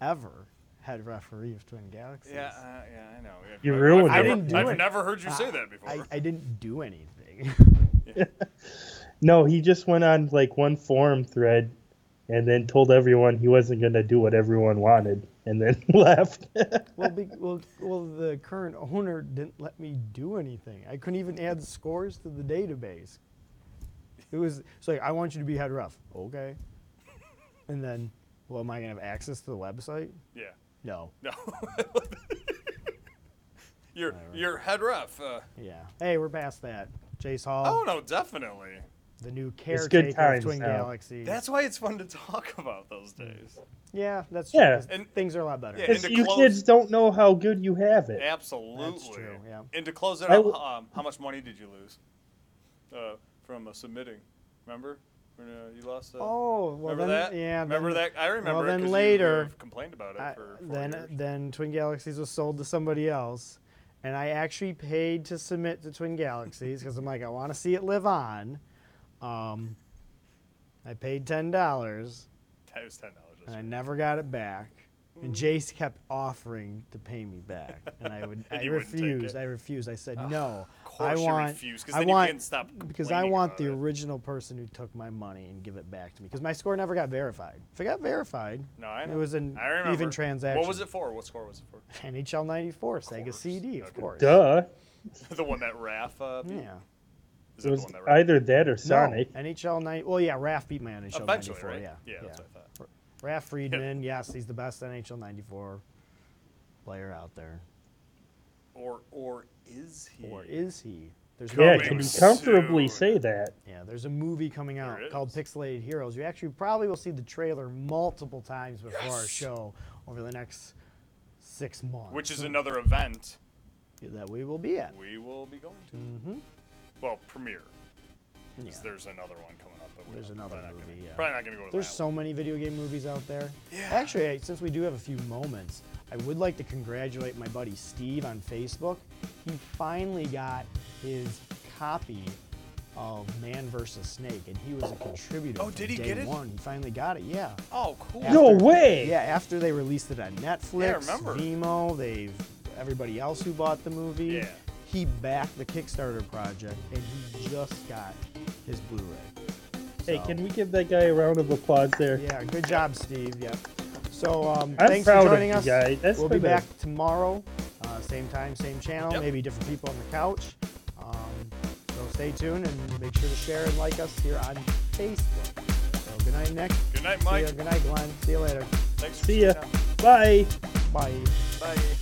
A: ever head referee of Twin Galaxies.
B: Yeah, uh, yeah, I know. Yeah,
C: You
B: I-
C: ruined
B: I've
C: it. I
B: never-
A: didn't do
B: I've
A: it.
B: never heard you say
A: I-
B: that before.
A: I, I didn't do anything.
C: No, he just went on like one forum thread and then told everyone he wasn't going to do what everyone wanted and then left.
A: well, be, well, well, the current owner didn't let me do anything. I couldn't even add scores to the database. It was it's like I want you to be head ref. Okay. And then, well, am I gonna have access to the website?
B: yeah,
A: No.
B: no. you're you're head ref. Uh,
A: Yeah. Hey, we're past that. Jace Hall.
B: oh no, definitely.
A: the new
C: good
A: caretaker of
C: times
A: Twin
C: now.
A: Galaxy.
B: That's why it's fun to talk about those
A: Mm.
B: days.
A: yeah, that's
C: Yeah.
A: true. 'cause
B: And-
A: things are a lot better.
B: yeah,
C: Because
B: to
C: you
B: close-
C: kids don't know how good you have it.
B: Absolutely.
A: true, yeah.
B: And to close it out,
C: I w-
B: um, how much money did you lose uh, from uh, submitting? Remember when uh, you lost? Uh,
A: Oh, well then,
B: remember that?
A: yeah.
B: Remember
A: then,
B: that? I remember.
A: well,
B: it
A: then
B: 'cause you- you
A: later,
B: have complained about it
A: I-
B: for four
A: then,
B: years.
A: then Twin Galaxies was sold to somebody else, and I actually paid to submit to Twin Galaxies because I'm like, I want to see it live on. Um, I paid ten dollars,
B: That was ten dollars.
A: and I never got it back. And Jace kept offering to pay me back, and I would.
B: And
A: I
B: you wouldn't take it.
A: refused. I refused. I said no.
B: Of
A: I
B: course
A: want.
B: you refuse because
A: I
B: then
A: want.
B: you can't stop.
A: because I
B: complaining
A: want
B: about
A: the
B: it.
A: original person who took my money and give it back to me because my score never got verified. If it got verified,
B: No, I know.
A: it was an
B: I remember.
A: even transaction.
B: What was it for? What score was it for?
A: NHL '94 Sega
B: course.
A: CD, of
B: Okay.
A: course.
C: Duh.
B: the one that Raph. Uh, beat?
A: Yeah.
B: Is that
C: It
B: the
C: was
B: one that Raph?
C: either that or Sonic.
A: No, NHL '90. Well, yeah, Raph beat my NHL
B: Eventually,
A: '94.
B: right?
A: Yeah.
B: Yeah, that's what I thought.
A: Raph Friedman. Yes, he's the best NHL '94 player out there.
B: Or or is he?
A: Or is he? There's
C: Yeah,
B: Coming
C: can you
B: soon.
C: comfortably say that?
A: Yeah, there's a movie coming out
B: There
A: called
B: is.
A: Pixelated Heroes. You actually probably will see the trailer multiple times before our show over the next six months.
B: Which is another event
A: that we will be at.
B: we will be going to. Mm-hmm. Well, premiere. 'cause
A: Yeah.
B: There's another one coming up. But we're
A: There's
B: not-
A: another
B: probably not
A: movie,
B: Gonna,
A: yeah.
B: Probably not going to go to
A: There's
B: that
A: so many video game movies out there. Actually, I- since we do have a few moments, I would like to congratulate my buddy Steve on Facebook. He finally got his copy of Man vs. Snake, and he was a contributor.
B: Oh,
A: from
B: did he
A: day
B: get it?
A: One, he finally got it. Yeah.
B: Oh, cool.
A: Yeah.
C: No
A: After-
C: way.
A: Yeah. After they released it on Netflix,
B: remember.
A: Vimeo, they, everybody else who bought the movie,
B: Yeah.
A: he backed the Kickstarter project, and he just got his Blu-ray.
C: Hey,
A: So-
C: can we give that guy a round of applause there?
A: Yeah, good job, Steve. Yeah. So um,
C: I'm
A: thanks
C: proud
A: for
C: of
A: joining
C: you
A: us.
C: guys. That's
A: we'll be
C: been a-
A: back tomorrow, uh, same time, same channel.
B: Yep.
A: Maybe different people on the couch. Um, so stay tuned and make sure to share and like us here on Facebook. So good night, Nick.
B: Good night,
A: See
B: Mike.
A: ya. Good night, Glenn. See you later.
B: Thanks for
C: See ya.
B: sticking
C: Bye.
A: Bye.
B: out. Bye.